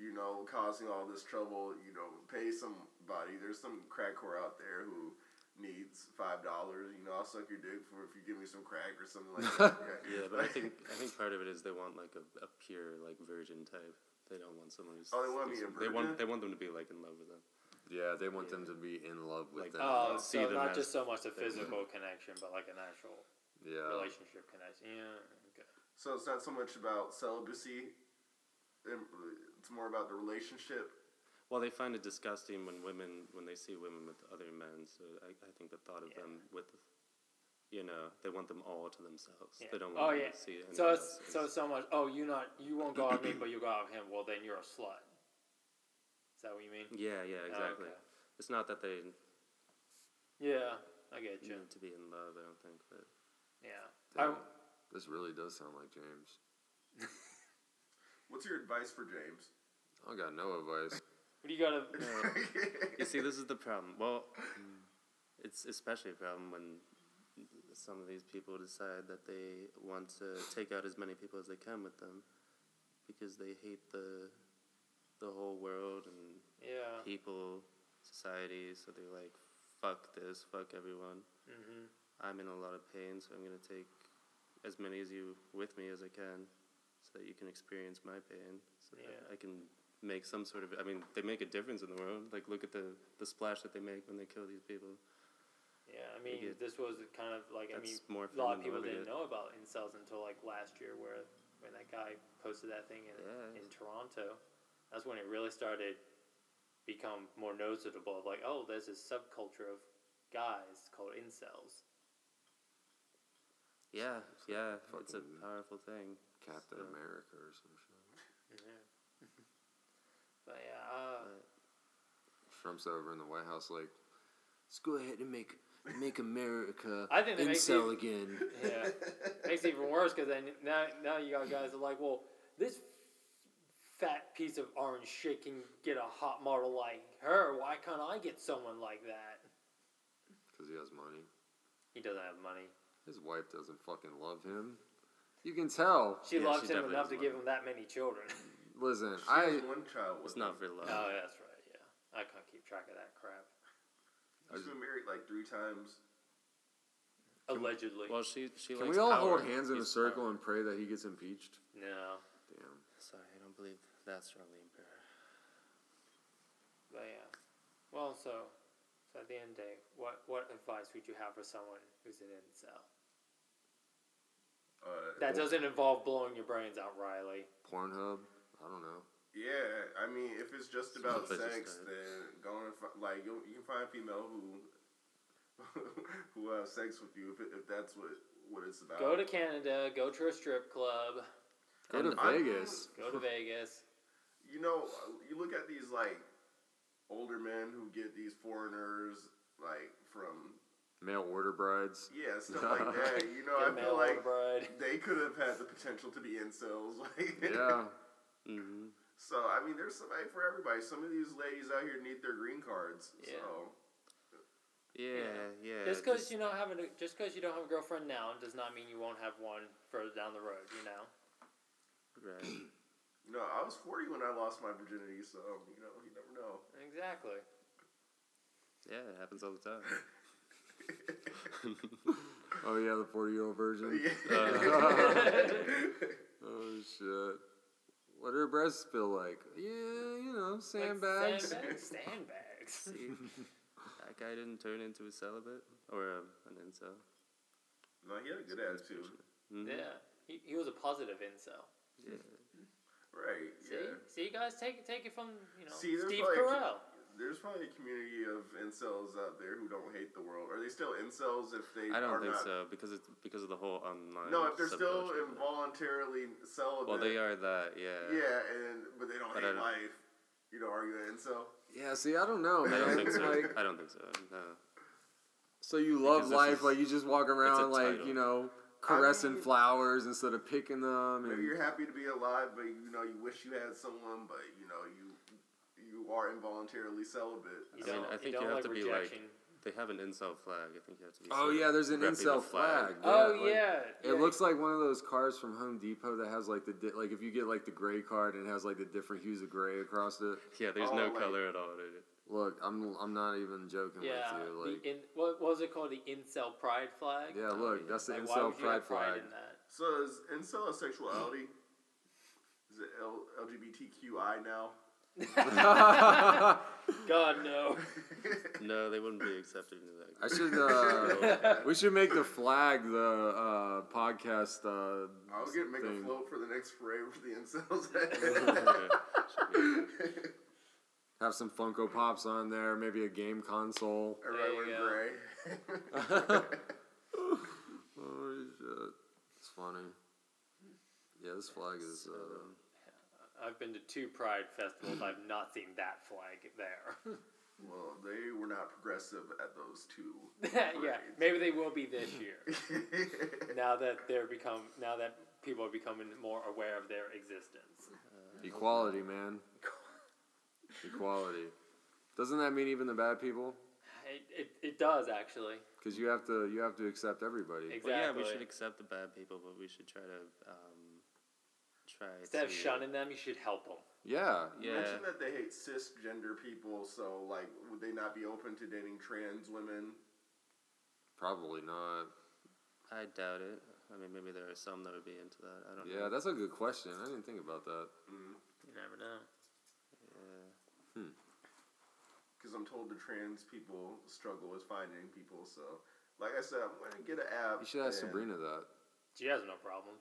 Speaker 4: you know causing all this trouble, you know, pay somebody. There's some crack whore out there who needs five dollars. You know, I'll suck your dick for if you give me some crack or something like that.
Speaker 3: Yeah, but I think I think part of it is they want like a, a pure like virgin type. They don't want someone who's
Speaker 4: Oh, they wanna be a
Speaker 3: they
Speaker 4: virgin?
Speaker 3: want they want them to be like in love with them.
Speaker 1: Yeah, they want them to be in love with
Speaker 3: Like,
Speaker 1: them.
Speaker 2: Oh,
Speaker 3: see
Speaker 2: so
Speaker 3: them
Speaker 2: not
Speaker 3: as-
Speaker 2: just so much a physical connection, but like an actual
Speaker 1: yeah.
Speaker 2: relationship connection. Yeah. Okay.
Speaker 4: So it's not so much about celibacy. um, It's more about the relationship.
Speaker 3: Well, they find it disgusting when women when they see women with other men. So I, I think the thought of them with, you know, they want them all to themselves.
Speaker 2: Yeah.
Speaker 3: They don't
Speaker 2: Oh
Speaker 3: want them
Speaker 2: yeah.
Speaker 3: to see anyone
Speaker 2: So it's
Speaker 3: else.
Speaker 2: so it's so much. Oh, you not you won't go out with me, but you go out with him. Well, then you're a slut. Is that what you mean?
Speaker 3: yeah, yeah, exactly.
Speaker 2: Oh, okay.
Speaker 3: It's not that they
Speaker 2: Yeah, I get you.
Speaker 3: need to be in love. I don't think, but
Speaker 2: Yeah,
Speaker 1: Damn,
Speaker 2: I,
Speaker 1: this really does sound like James.
Speaker 4: What's your advice for James?
Speaker 1: I got no advice.
Speaker 2: What do you gotta?
Speaker 3: Uh, you see, this is the problem. Well, it's especially a problem when some of these people decide that they want to take out as many people as they can with them because they hate the the whole world and
Speaker 2: Yeah.
Speaker 3: people, society. So they're like, "Fuck this! Fuck everyone!
Speaker 2: Mm-hmm.
Speaker 3: I'm in a lot of pain, so I'm gonna take as many as you with me as I can, so that you can experience my pain, so
Speaker 2: Yeah.
Speaker 3: that I can make some sort of. I mean, they make a difference in the world. Like, look at the the splash that they make when they kill these people.
Speaker 2: Yeah, I mean,
Speaker 3: get-
Speaker 2: this was kind of like I mean,
Speaker 3: That's more
Speaker 2: a lot of
Speaker 3: feminine
Speaker 2: people
Speaker 3: than
Speaker 2: didn't
Speaker 3: it-
Speaker 2: know about incels until like last year, where when that guy posted that thing in
Speaker 3: Yeah.
Speaker 2: in Toronto, that's when it really started become more noticeable. Of like, oh, there's this subculture of guys called incels.
Speaker 3: Yeah, yeah, it's a
Speaker 1: fucking-
Speaker 3: powerful thing.
Speaker 1: Captain
Speaker 3: So,
Speaker 1: America or some shit.
Speaker 2: But yeah, uh,
Speaker 3: but-
Speaker 1: Trump's over in the White House like, let's go ahead and make make America
Speaker 2: I think that makes
Speaker 1: incel
Speaker 2: it-
Speaker 1: again.
Speaker 2: yeah, makes it even worse because then now now you got guys that are like, well, this fat piece of orange shit can get a hot model like her. Why can't I get someone like that?
Speaker 1: Because he has money.
Speaker 2: He doesn't have money.
Speaker 1: His wife doesn't fucking love him. You can tell.
Speaker 2: She
Speaker 3: Yeah,
Speaker 2: loves
Speaker 3: she
Speaker 2: him
Speaker 3: definitely
Speaker 2: enough to
Speaker 3: doesn't
Speaker 2: give him that many children.
Speaker 1: Listen,
Speaker 4: She
Speaker 1: I
Speaker 4: has one child.
Speaker 3: It's
Speaker 4: with
Speaker 3: not for
Speaker 4: him.
Speaker 3: love.
Speaker 2: Oh, yeah, that's right. Yeah, I can't keep track of that crap.
Speaker 4: She's been married like three times.
Speaker 2: Allegedly.
Speaker 3: Well, she she
Speaker 1: can
Speaker 3: likes
Speaker 1: we all hold
Speaker 3: power.
Speaker 1: hands in a
Speaker 3: He's
Speaker 1: circle
Speaker 3: power.
Speaker 1: and pray that he gets impeached?
Speaker 2: no,
Speaker 1: Damn.
Speaker 3: Sorry, I don't believe that strongly in prayer.
Speaker 2: but yeah. Well, so, so at the end of the day, what what advice would you have for someone who's an incel?
Speaker 4: Uh,
Speaker 2: That doesn't involve blowing your brains out, Riley.
Speaker 1: Pornhub. I don't know.
Speaker 4: Yeah, I mean, if it's just about
Speaker 3: Sounds like
Speaker 4: sex,
Speaker 3: it's-
Speaker 4: then going and fi- like you, you can find a female who who will have sex with you if, it, if that's what what it's about.
Speaker 2: Go to Canada. Go to a strip club.
Speaker 1: Go to
Speaker 4: I'm-
Speaker 1: Vegas.
Speaker 2: Go to Vegas.
Speaker 4: you know, uh, you look at these like older men who get these foreigners like from
Speaker 1: Mail order brides.
Speaker 4: yeah stuff like that. You know, I
Speaker 2: Get mail
Speaker 4: feel
Speaker 2: like...
Speaker 4: like
Speaker 2: bride.
Speaker 4: they could have had the potential to be incels. Like,
Speaker 1: Yeah.
Speaker 3: Mm-hmm.
Speaker 4: So I mean, there's somebody for everybody. Some of these ladies out here need their green cards.
Speaker 2: Yeah.
Speaker 4: So
Speaker 3: Yeah, yeah.
Speaker 2: Just because
Speaker 3: just-
Speaker 2: you don't have a just 'cause you don't have a girlfriend now does not mean you won't have one further down the road. You know.
Speaker 3: right.
Speaker 4: you know, I was 40 when I lost my virginity. So you know, you never know.
Speaker 2: Exactly.
Speaker 3: Yeah, it happens all the time.
Speaker 1: Oh yeah, the forty-year-old virgin.
Speaker 4: Yeah.
Speaker 1: Oh shit. What her breasts feel like? Yeah, you know,
Speaker 2: Like
Speaker 1: sandbags.
Speaker 2: sandbags. sandbags.
Speaker 3: See, that guy didn't turn into a celibate or um, an incel.
Speaker 4: no, he had a good attitude.
Speaker 3: Mhm.
Speaker 2: yeah. He, he was a positive incel.
Speaker 3: yeah.
Speaker 4: Right.
Speaker 2: See,
Speaker 4: Yeah.
Speaker 2: see, you guys take take it from you know
Speaker 4: See, there's
Speaker 2: Steve
Speaker 4: like-
Speaker 2: Carell.
Speaker 4: There's probably a community of incels out there who don't hate the world. Are they still incels if they
Speaker 3: I don't
Speaker 4: are
Speaker 3: think
Speaker 4: not?
Speaker 3: so because it's because of the whole online.
Speaker 4: No, if they're still
Speaker 3: subculture.
Speaker 4: involuntarily celibate.
Speaker 3: Well, they are that. Yeah.
Speaker 4: Yeah, and but they don't
Speaker 3: But I
Speaker 4: hate
Speaker 3: don't-
Speaker 4: life. You know, are you an incel?
Speaker 1: Yeah, see, I don't know,
Speaker 3: I
Speaker 1: man.
Speaker 3: don't think so.
Speaker 1: Like,
Speaker 3: I don't think so. No.
Speaker 1: so you love
Speaker 3: Because this
Speaker 1: life,
Speaker 3: is-
Speaker 1: like you just walk around, like
Speaker 3: title.
Speaker 1: you know, caressing
Speaker 4: mean-
Speaker 1: flowers instead of picking them,
Speaker 4: Maybe
Speaker 1: and
Speaker 4: you're happy to be alive, but you know you wish you had someone, but you know you you are involuntarily celibate.
Speaker 2: You
Speaker 3: I mean,
Speaker 2: don't,
Speaker 3: I think
Speaker 2: you,
Speaker 3: you
Speaker 2: don't
Speaker 3: have
Speaker 2: like
Speaker 3: to be, like,
Speaker 2: rejection.
Speaker 3: They have an incel flag. I think you have to be.
Speaker 1: Oh,
Speaker 3: sort of
Speaker 1: yeah, there's an
Speaker 3: repping the
Speaker 1: incel flag. Yeah,
Speaker 2: oh
Speaker 1: like,
Speaker 2: yeah,
Speaker 1: it looks like one of those cars from Home Depot that has like the di- like if you get like the gray card and it has like the different hues of gray across it.
Speaker 3: Yeah, there's
Speaker 4: Oh,
Speaker 3: no
Speaker 4: like-
Speaker 3: color at all. in it.
Speaker 1: Look, I'm I'm not even joking
Speaker 2: yeah.
Speaker 1: with you. Like,
Speaker 2: the in, what, what was it called? The incel pride flag.
Speaker 1: yeah, look, that's the
Speaker 2: Like, why
Speaker 1: incel
Speaker 2: would you have
Speaker 1: pride flag.
Speaker 2: in that?
Speaker 4: So is incel a sexuality? Is it L- LGBTQI now?
Speaker 2: God no.
Speaker 3: No, they wouldn't be accepted into that.
Speaker 1: I
Speaker 3: group.
Speaker 1: should. Uh, we should make the flag the uh, podcast. Uh,
Speaker 4: I'll get make
Speaker 1: thing.
Speaker 4: a float for the next parade for the incels.
Speaker 3: Should be-
Speaker 1: Have some Funko Pops on there. Maybe a game console.
Speaker 4: Everybody
Speaker 2: There you
Speaker 4: went
Speaker 2: go.
Speaker 4: gray.
Speaker 1: Oh shit! It's funny. Yeah, this flag is. Uh,
Speaker 2: I've been to two pride festivals. I've not seen that flag there.
Speaker 4: well, they were not progressive at those two.
Speaker 2: yeah, maybe they will be this year. now that they're become now that people are becoming more aware of their existence.
Speaker 1: equality, man. equality. Doesn't that mean even the bad people?
Speaker 2: It, it, it does actually.
Speaker 1: Because you have to you have to accept everybody.
Speaker 2: Exactly.
Speaker 3: Well, yeah, we should accept the bad people, but we should try to um, try
Speaker 2: Instead of
Speaker 3: to-
Speaker 2: shunning them, you should help them.
Speaker 1: Yeah.
Speaker 4: You
Speaker 3: Yeah,
Speaker 4: mentioned that they hate cisgender people, so like, would they not be open to dating trans women?
Speaker 1: Probably not.
Speaker 3: I doubt it. I mean, maybe there are some that would be into
Speaker 2: Uh-huh.
Speaker 3: that. I don't
Speaker 1: Yeah,
Speaker 3: know.
Speaker 1: that's a good question. I didn't think about that.
Speaker 2: You never know.
Speaker 3: Yeah,
Speaker 4: Because I'm told the trans people struggle with finding people. So, like I said, I'm gonna get an app.
Speaker 1: You should ask
Speaker 4: and-
Speaker 1: Sabrina that.
Speaker 2: She has no problems.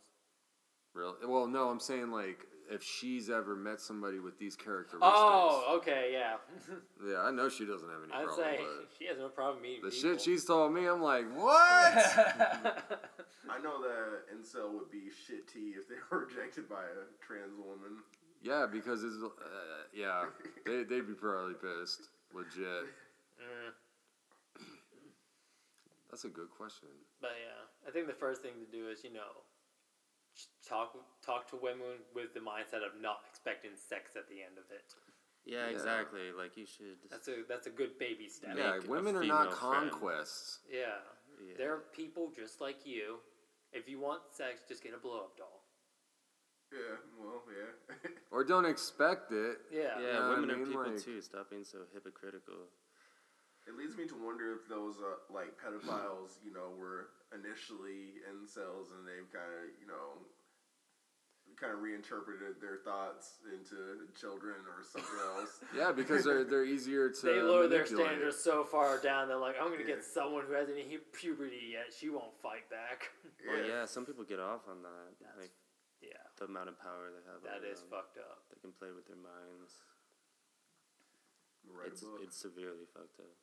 Speaker 1: Really? Well, no, I'm saying like if she's ever met somebody with these characteristics.
Speaker 2: Oh, okay, yeah.
Speaker 1: Yeah, I know she doesn't have any
Speaker 2: I'd
Speaker 1: problem
Speaker 2: say
Speaker 1: with it.
Speaker 2: she has no problem meeting
Speaker 1: The
Speaker 2: people.
Speaker 1: shit she's told me, I'm like, what?
Speaker 4: I know that incel would be shit tea if they were rejected by a trans woman.
Speaker 1: yeah, because it's uh, yeah, they they'd be probably pissed. Legit.
Speaker 2: Mm,
Speaker 1: That's a good question.
Speaker 2: but yeah, I think the first thing to do is you know just talk talk to women with the mindset of not expecting sex at the end of it.
Speaker 3: yeah,
Speaker 1: Yeah.
Speaker 3: exactly. Like you should.
Speaker 2: That's a that's a good baby step.
Speaker 1: Yeah,
Speaker 3: Make a
Speaker 1: women are not
Speaker 3: female friend.
Speaker 1: conquests.
Speaker 2: Yeah.
Speaker 3: Yeah.
Speaker 2: They're people just like you. If you want sex, just get a blow up doll.
Speaker 4: Yeah, well, yeah.
Speaker 1: or don't expect it.
Speaker 2: Yeah.
Speaker 3: Yeah,
Speaker 1: know what I
Speaker 3: women are
Speaker 1: mean?
Speaker 3: people
Speaker 1: Like-
Speaker 3: too. Stop being so hypocritical.
Speaker 4: it leads me to wonder if those uh, like pedophiles, you know, were initially incels and they've kind of, you know, kind of reinterpreted their thoughts into children or something else.
Speaker 1: Yeah, because they're they're easier to
Speaker 3: uh,
Speaker 2: They lower their
Speaker 1: manipulate.
Speaker 2: standards so far down. They're like, I'm gonna get
Speaker 4: Yeah.
Speaker 2: someone who hasn't hit puberty yet. She won't fight back.
Speaker 3: Well, yeah, some people get off on that.
Speaker 2: That's-
Speaker 3: like
Speaker 2: yeah,
Speaker 3: the amount of power they have.
Speaker 2: that
Speaker 3: over
Speaker 2: is
Speaker 3: them.
Speaker 2: fucked up.
Speaker 3: They can play with their minds.
Speaker 4: Write
Speaker 3: it's
Speaker 4: a book.
Speaker 3: it's severely fucked up.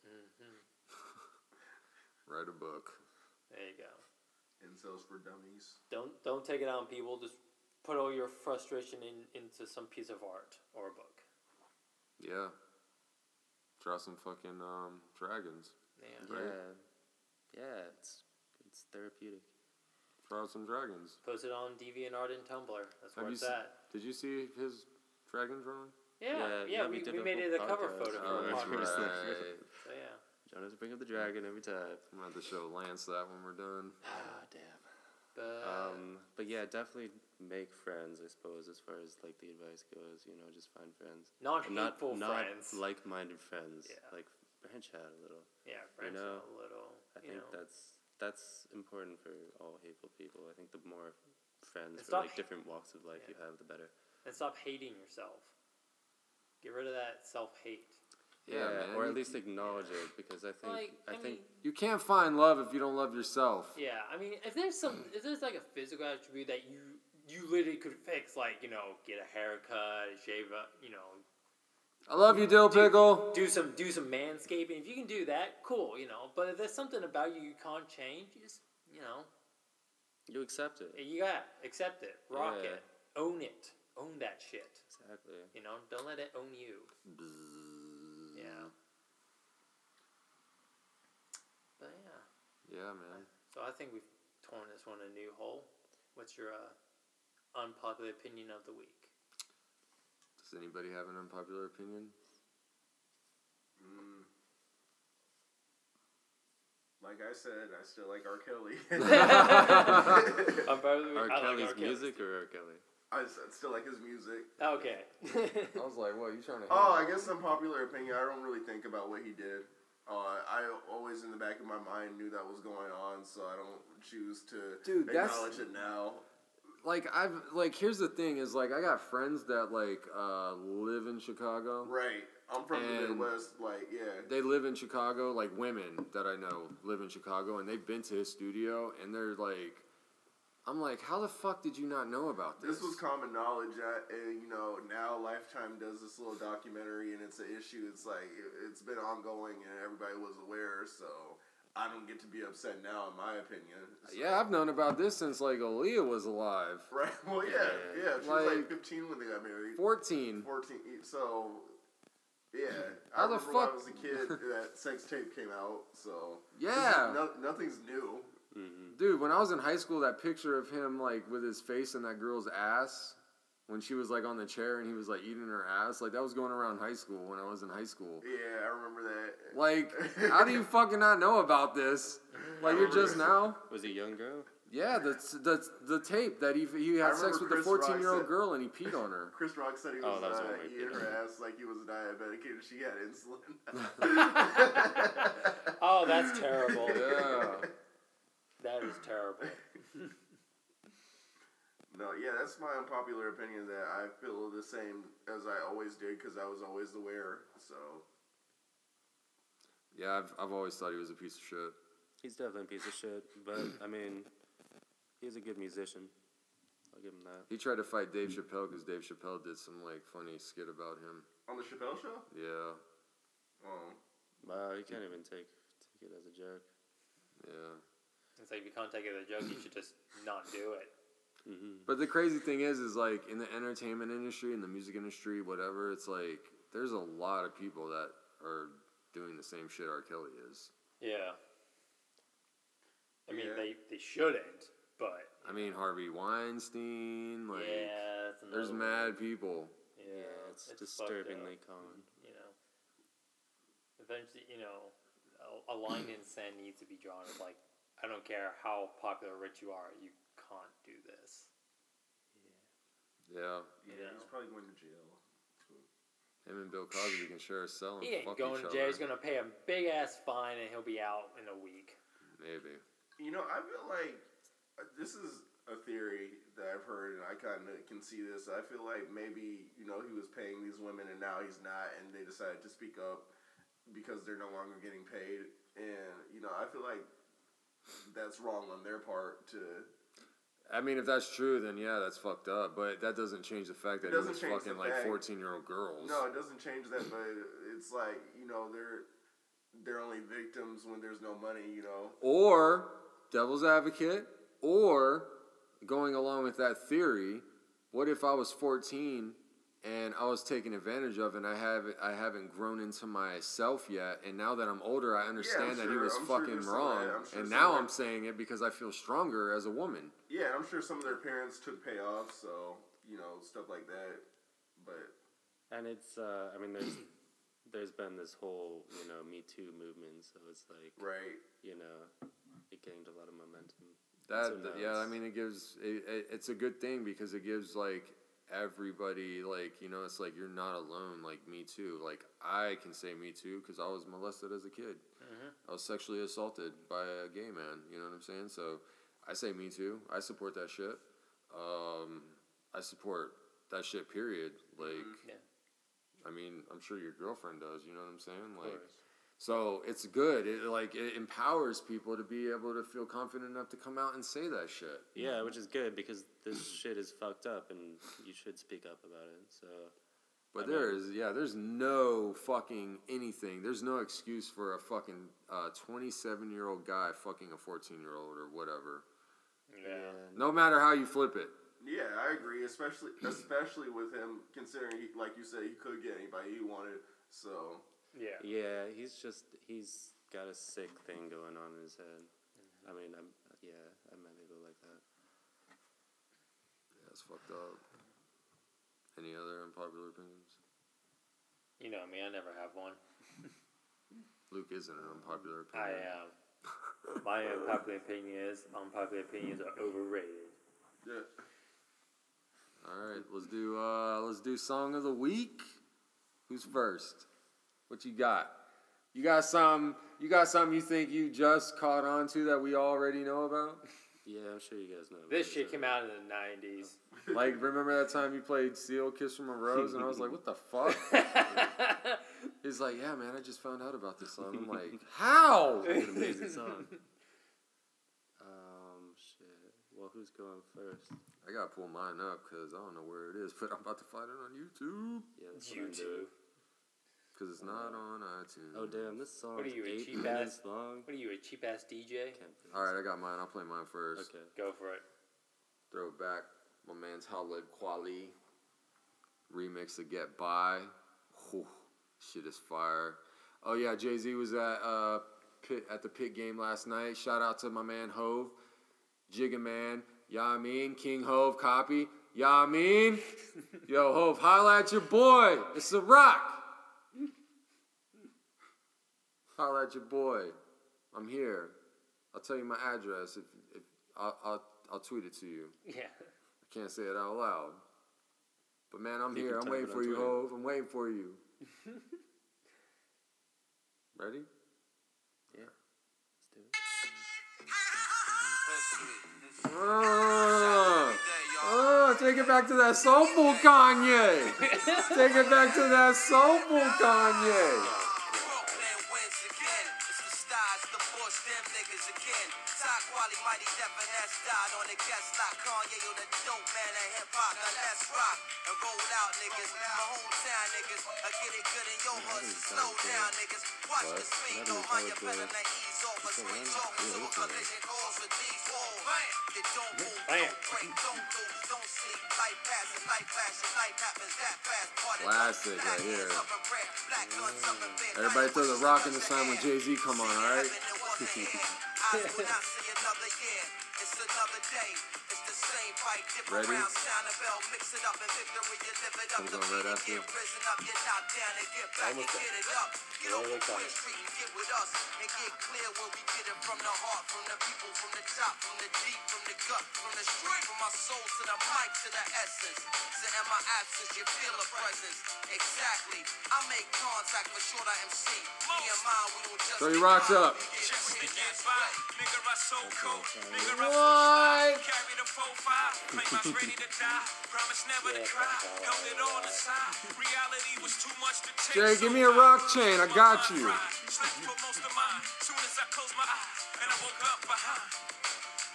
Speaker 1: Write a book.
Speaker 2: There you go.
Speaker 4: Incels for dummies.
Speaker 2: Don't don't take it out on people. Just put all your frustration in, into some piece of art or a book.
Speaker 1: Yeah. Draw some fucking um, dragons.
Speaker 2: Yeah.
Speaker 1: Right.
Speaker 3: Yeah, yeah, it's it's therapeutic.
Speaker 1: Draw some dragons.
Speaker 2: Post it on DeviantArt and Tumblr. That's
Speaker 1: Have
Speaker 2: where
Speaker 1: you
Speaker 2: it's
Speaker 1: se-
Speaker 2: at.
Speaker 1: Did you see his dragon drawing? Oh,
Speaker 2: Yeah,
Speaker 3: Yeah,
Speaker 2: yeah,
Speaker 3: yeah, we
Speaker 2: we,
Speaker 3: did
Speaker 2: we
Speaker 3: a
Speaker 2: made
Speaker 3: whole
Speaker 2: it a cover
Speaker 3: podcast
Speaker 2: photo
Speaker 3: on
Speaker 2: for
Speaker 3: it.
Speaker 2: the
Speaker 3: that's
Speaker 2: podcast.
Speaker 3: right.
Speaker 2: So yeah.
Speaker 3: John has to bring up the dragon every time.
Speaker 1: I'm gonna have to show Lance that when we're done.
Speaker 3: Ah, damn.
Speaker 2: But,
Speaker 3: Um, but yeah, definitely make friends. I suppose as far as like the advice goes, you know, just find friends.
Speaker 2: not
Speaker 3: And not
Speaker 2: hateful
Speaker 3: not
Speaker 2: friends.
Speaker 3: like-minded friends.
Speaker 2: Yeah.
Speaker 3: Like branch out a little.
Speaker 2: yeah, friends
Speaker 3: you know,
Speaker 2: are a little.
Speaker 3: I
Speaker 2: you
Speaker 3: think
Speaker 2: know,
Speaker 3: that's that's important for all hateful people. I think the more friends
Speaker 2: It's
Speaker 3: for
Speaker 2: not
Speaker 3: like
Speaker 2: hate-
Speaker 3: different walks of life
Speaker 2: Yeah.
Speaker 3: you have, the better.
Speaker 2: and stop hating yourself. Get rid of that self hate.
Speaker 1: Yeah, man.
Speaker 3: or
Speaker 1: you-
Speaker 3: at least acknowledge it because I think
Speaker 2: Like
Speaker 3: I,
Speaker 2: I,
Speaker 3: think
Speaker 2: mean,
Speaker 1: You can't find love if you don't love yourself.
Speaker 2: yeah. I mean, if there's some, if there's like a physical attribute that you you literally could fix, like you know, get a haircut, shave, up, you know,
Speaker 1: I love you, Dill Pickle.
Speaker 2: do some do some manscaping. If you can do that, cool, you know. But if there's something about you you can't change, you just you know,
Speaker 3: you accept it.
Speaker 2: you got accept it, rock
Speaker 3: Yeah.
Speaker 2: it, own it, own that shit.
Speaker 3: Exactly.
Speaker 2: You know, don't let it own you. Yeah. But yeah,
Speaker 1: Yeah, man.
Speaker 2: so I think we've torn this one a new hole. What's your uh, unpopular opinion of the week?
Speaker 1: Does anybody have an unpopular opinion?
Speaker 4: Mm. Like I said, I still like R. Kelly.
Speaker 2: Unpopular-
Speaker 3: R.
Speaker 2: I like
Speaker 3: Kelly's
Speaker 2: R. Kelly.
Speaker 3: music or R. Kelly?
Speaker 4: I s- still like his music.
Speaker 2: Okay.
Speaker 1: I was like, what? You trying to?
Speaker 4: Oh, I guess unpopular opinion. I don't really think about what he did. Uh, I always in the back of my mind knew that was going on, so I don't choose to
Speaker 1: Dude, that's-
Speaker 4: acknowledge it now.
Speaker 1: like I've like here's the thing is like I got friends that like uh live in Chicago.
Speaker 4: Right. I'm from the
Speaker 1: And-
Speaker 4: Midwest. Like, yeah.
Speaker 1: They live in Chicago, like women that I know live in Chicago and they've been to his studio and they're like I'm like, how the fuck did you not know about this?
Speaker 4: This was common knowledge, uh, and you know now Lifetime does this little documentary, and it's an issue. It's like it, it's been ongoing, and everybody was aware. So I don't get to be upset now, in my opinion. So-
Speaker 1: yeah, I've known about this since like Aaliyah was alive.
Speaker 4: Right. Well, yeah,
Speaker 3: Yeah.
Speaker 4: yeah. She was
Speaker 1: Like-
Speaker 4: like 15 when they got married.
Speaker 1: Fourteen.
Speaker 4: 14. e, So, yeah. I
Speaker 1: How the
Speaker 4: remember when
Speaker 1: fuck-
Speaker 4: I was a kid, that sex tape came out, so.
Speaker 1: Yeah.
Speaker 4: This is- no- nothing's new.
Speaker 3: Mm-hmm.
Speaker 1: Dude, when I was in high school, that picture of him like with his face in that girl's ass when she was like on the chair and he was like eating her ass, like that was going around high school when I was in high school.
Speaker 4: Yeah, I remember that.
Speaker 1: Like, how do you fucking not know about this? Like, you're just now.
Speaker 3: Was he a young girl?
Speaker 1: Yeah, the the the tape that he he
Speaker 4: I
Speaker 1: had
Speaker 4: remember
Speaker 1: sex with a
Speaker 4: Chris
Speaker 1: 14 year
Speaker 4: Rock
Speaker 1: old
Speaker 4: said-
Speaker 1: girl and he peed on her.
Speaker 4: Chris Rock said he
Speaker 3: Oh,
Speaker 4: was
Speaker 3: that was
Speaker 4: uh,
Speaker 3: one way to
Speaker 4: eating
Speaker 3: do it.
Speaker 4: her ass like he was diabetic and she had insulin.
Speaker 2: Oh, that's terrible.
Speaker 1: Yeah.
Speaker 2: That is terrible.
Speaker 4: No, yeah, that's my unpopular opinion that I feel the same as I always did because I was always the wearer. So,
Speaker 1: Yeah, I've I've always thought he was a piece of shit.
Speaker 3: He's definitely a piece of shit, but I mean, he's a good musician. I'll give him that.
Speaker 1: He tried to fight Dave Chappelle because Dave Chappelle did some like funny skit about him.
Speaker 4: on the Chappelle show?
Speaker 1: Yeah,
Speaker 4: Oh.
Speaker 3: Wow, he can't even take take it as a joke.
Speaker 1: yeah.
Speaker 2: It's like if you can't take it as a joke, you should just not do it.
Speaker 3: Mm-hmm.
Speaker 1: But the crazy thing is, is like in the entertainment industry, in the music industry, whatever, it's like there's a lot of people that are doing the same shit R. Kelly is.
Speaker 2: Yeah. I mean,
Speaker 4: Yeah.
Speaker 2: they, they shouldn't, but
Speaker 1: I mean, Harvey Weinstein, like,
Speaker 2: yeah, that's
Speaker 1: there's
Speaker 2: another
Speaker 1: mad people.
Speaker 2: one.
Speaker 3: Yeah, it's,
Speaker 2: fucked up,
Speaker 3: disturbingly common.
Speaker 2: You know, eventually, you know, a, a line in sand needs to be drawn. It's like, I don't care how popular or rich you are, you can't do this.
Speaker 1: Yeah.
Speaker 4: Yeah, he's
Speaker 2: know.
Speaker 4: probably going to jail.
Speaker 1: Him and Bill Cosby can share a cell and
Speaker 2: He ain't
Speaker 1: fuck
Speaker 2: going
Speaker 1: each
Speaker 2: to
Speaker 1: other.
Speaker 2: jail. He's going to pay a big ass fine and he'll be out in a week.
Speaker 1: Maybe.
Speaker 4: You know, I feel like uh, this is a theory that I've heard, and I kind of can see this. I feel like maybe you know he was paying these women, and now he's not, and they decided to speak up because they're no longer getting paid. And you know, I feel like that's wrong on their part. To
Speaker 1: I mean, if that's true, then yeah, that's fucked up. But that doesn't change the fact that he
Speaker 4: doesn't
Speaker 1: was
Speaker 4: change
Speaker 1: fucking
Speaker 4: the
Speaker 1: like
Speaker 4: fact.
Speaker 1: fourteen-year-old girls.
Speaker 4: no, it doesn't change that, but it's like you know they're they're only victims when there's no money. You know,
Speaker 1: Or devil's advocate, or going along with that theory, what if I was fourteen and I was taken advantage of, and I haven't I haven't grown into myself yet, and now that I'm older, I understand that he
Speaker 4: sure-
Speaker 1: was
Speaker 4: I'm sure
Speaker 1: fucking
Speaker 4: there's some of
Speaker 1: wrong,
Speaker 4: that. I'm sure
Speaker 1: and
Speaker 4: some
Speaker 1: now
Speaker 4: of that-
Speaker 1: I'm saying it because I feel stronger as a woman.
Speaker 4: yeah, I'm sure some of their parents took payoffs, so you know stuff like that, but.
Speaker 3: And it's, uh, I mean, there's there's been this whole, you know, Me Too movement, so it's like,
Speaker 4: Right.
Speaker 3: you know, it gained a lot of momentum.
Speaker 1: That
Speaker 3: So
Speaker 1: th-
Speaker 3: now
Speaker 1: yeah, I
Speaker 3: it's-
Speaker 1: mean it gives it, it, it's a good thing because it gives like everybody like you know it's like you're not alone like me too like I can say me too because I was molested as a kid
Speaker 3: Mm-hmm.
Speaker 1: I was sexually assaulted by a gay man you know what I'm saying so I say me too I support that shit um I support that shit period
Speaker 3: Mm-hmm.
Speaker 1: like
Speaker 2: Yeah.
Speaker 1: I mean I'm sure your girlfriend does you know what I'm saying like
Speaker 3: course.
Speaker 1: so it's good it like it empowers people to be able to feel confident enough to come out and say that shit
Speaker 3: Yeah, which is good because this shit is fucked up and you should speak up about it. So,
Speaker 1: But
Speaker 3: I
Speaker 1: there is,
Speaker 3: mean-
Speaker 1: yeah, there's no fucking anything. There's no excuse for a fucking uh, 27 year old guy fucking a 14 year old or whatever.
Speaker 2: Yeah.
Speaker 1: No matter how you flip it.
Speaker 4: Yeah, I agree. Especially, especially with him, considering, he, like you said, he could get anybody he wanted. So
Speaker 2: Yeah.
Speaker 3: Yeah, he's just he's got a sick thing going on in his head. I mean, I'm yeah, I met people like that.
Speaker 1: Yeah, it's fucked up. Any other unpopular opinions?
Speaker 2: You know me, I never have one.
Speaker 1: Luke isn't an unpopular
Speaker 2: I
Speaker 1: opinion.
Speaker 2: am. my unpopular opinion is unpopular opinions are overrated.
Speaker 4: yeah,
Speaker 1: All right, let's do uh, let's do song of the week. Who's first? What you got? You got some? You got something you think you just caught on to that we already know about?
Speaker 3: Yeah, I'm sure you guys know.
Speaker 2: This shit came out in the 90s.
Speaker 1: Like, remember that time you played Seal Kiss from a Rose? And I was like, what the fuck? He's like, yeah, man, I just found out about this song. I'm like, how?
Speaker 3: It's an amazing song. Um, shit. Well, who's going first?
Speaker 1: I gotta pull mine up because I don't know where it is, but I'm about to find it on YouTube
Speaker 3: Yeah, that's what I'm
Speaker 2: YouTube.
Speaker 3: doing.
Speaker 1: because it's not on iTunes.
Speaker 3: Oh damn, this song
Speaker 2: are
Speaker 3: is
Speaker 2: you, a
Speaker 3: eight
Speaker 2: cheap
Speaker 3: minutes
Speaker 2: ass-
Speaker 3: long.
Speaker 2: What are you, a cheap ass DJ?
Speaker 3: Can't believe
Speaker 1: All right, I got mine. I'll play mine
Speaker 3: this.
Speaker 1: first.
Speaker 3: Okay.
Speaker 2: Go for it.
Speaker 1: Throw it back. My man's Khaled Kweli remix of Get By. Whew, shit is fire. Oh yeah, Jay Z was at uh pit, at the pit game last night. Shout out to my man Hove, Jigga Man. Ya I mean King Hove copy. Ya I mean, yo Hove, holla at your boy. It's a rock. Holla at your boy. I'm here. I'll tell you my address. If, if I'll, I'll I'll tweet it to you.
Speaker 2: Yeah.
Speaker 1: I can't say it out loud. But man, I'm
Speaker 3: You
Speaker 1: here.
Speaker 3: can
Speaker 1: I'm
Speaker 3: type
Speaker 1: waiting
Speaker 3: it
Speaker 1: for
Speaker 3: on
Speaker 1: you,
Speaker 3: Twitter.
Speaker 1: Hove. I'm waiting for you. Ready?
Speaker 3: Yeah. Let's do it.
Speaker 1: Oh, oh, take it back to that soulful Kanye. take it back to that soulful Kanye.
Speaker 5: Brooklyn wins again. It's the stars, the force, them niggas again. Top quality, mighty never has died on the guest lot. Kanye, you the dope man of hip hop. Now let's rock and roll out, niggas. My hometown niggas, I get it good in your hood. so Slow down, niggas. Watch the speed,
Speaker 3: That
Speaker 5: don't
Speaker 3: is
Speaker 5: mind your better
Speaker 3: hardcore.
Speaker 5: than ease off. A switch
Speaker 3: random.
Speaker 5: over to a
Speaker 3: Yeah, it's a
Speaker 5: collision cause with these walls. It don't move,
Speaker 2: Bam.
Speaker 5: don't break, don't lose, don't sleep. Life passes, life flashes, life happens that fast. Part of
Speaker 1: Classic right here.
Speaker 5: Everybody throw the rock in the sun
Speaker 1: sign
Speaker 5: when Jay Z come on, alright? Same fight, different
Speaker 1: Ready?
Speaker 5: rounds, sound a bell, mix it up, and victory, you live it up.
Speaker 1: Comes
Speaker 5: Defeat
Speaker 1: on right
Speaker 5: and
Speaker 1: after.
Speaker 5: get risen up, you're knocked down and get back and
Speaker 2: Almost
Speaker 5: get it up. Get
Speaker 2: Really
Speaker 5: over
Speaker 2: excited.
Speaker 5: Queen Street and get with us and get clear where we get it from the heart, from the people, from the top, from the deep, from the gut, from the street, from my soul to the mic to the essence. So in my absence, you feel a presence. Exactly. I make contact for sure that MC. Me and mine, we don't just
Speaker 1: So
Speaker 5: be
Speaker 1: he rocks
Speaker 5: mine,
Speaker 1: up.
Speaker 5: we get
Speaker 6: Just to
Speaker 5: paid,
Speaker 6: get
Speaker 5: that's
Speaker 6: by,
Speaker 5: right.
Speaker 6: nigga, I so cold. Nigga, I
Speaker 1: What?
Speaker 6: carry the profile. Playmates ready to die. Promise never to
Speaker 2: Yeah,
Speaker 6: cry.
Speaker 2: fuck all
Speaker 6: Held it on the side. Reality was too much to take.
Speaker 1: Jay,
Speaker 6: so
Speaker 1: give me a
Speaker 6: I
Speaker 1: rock chain. I
Speaker 6: my
Speaker 1: got
Speaker 6: mind
Speaker 1: you.
Speaker 6: fried. Slept for most of mine. Soon as I closed my eyes, and I woke up behind.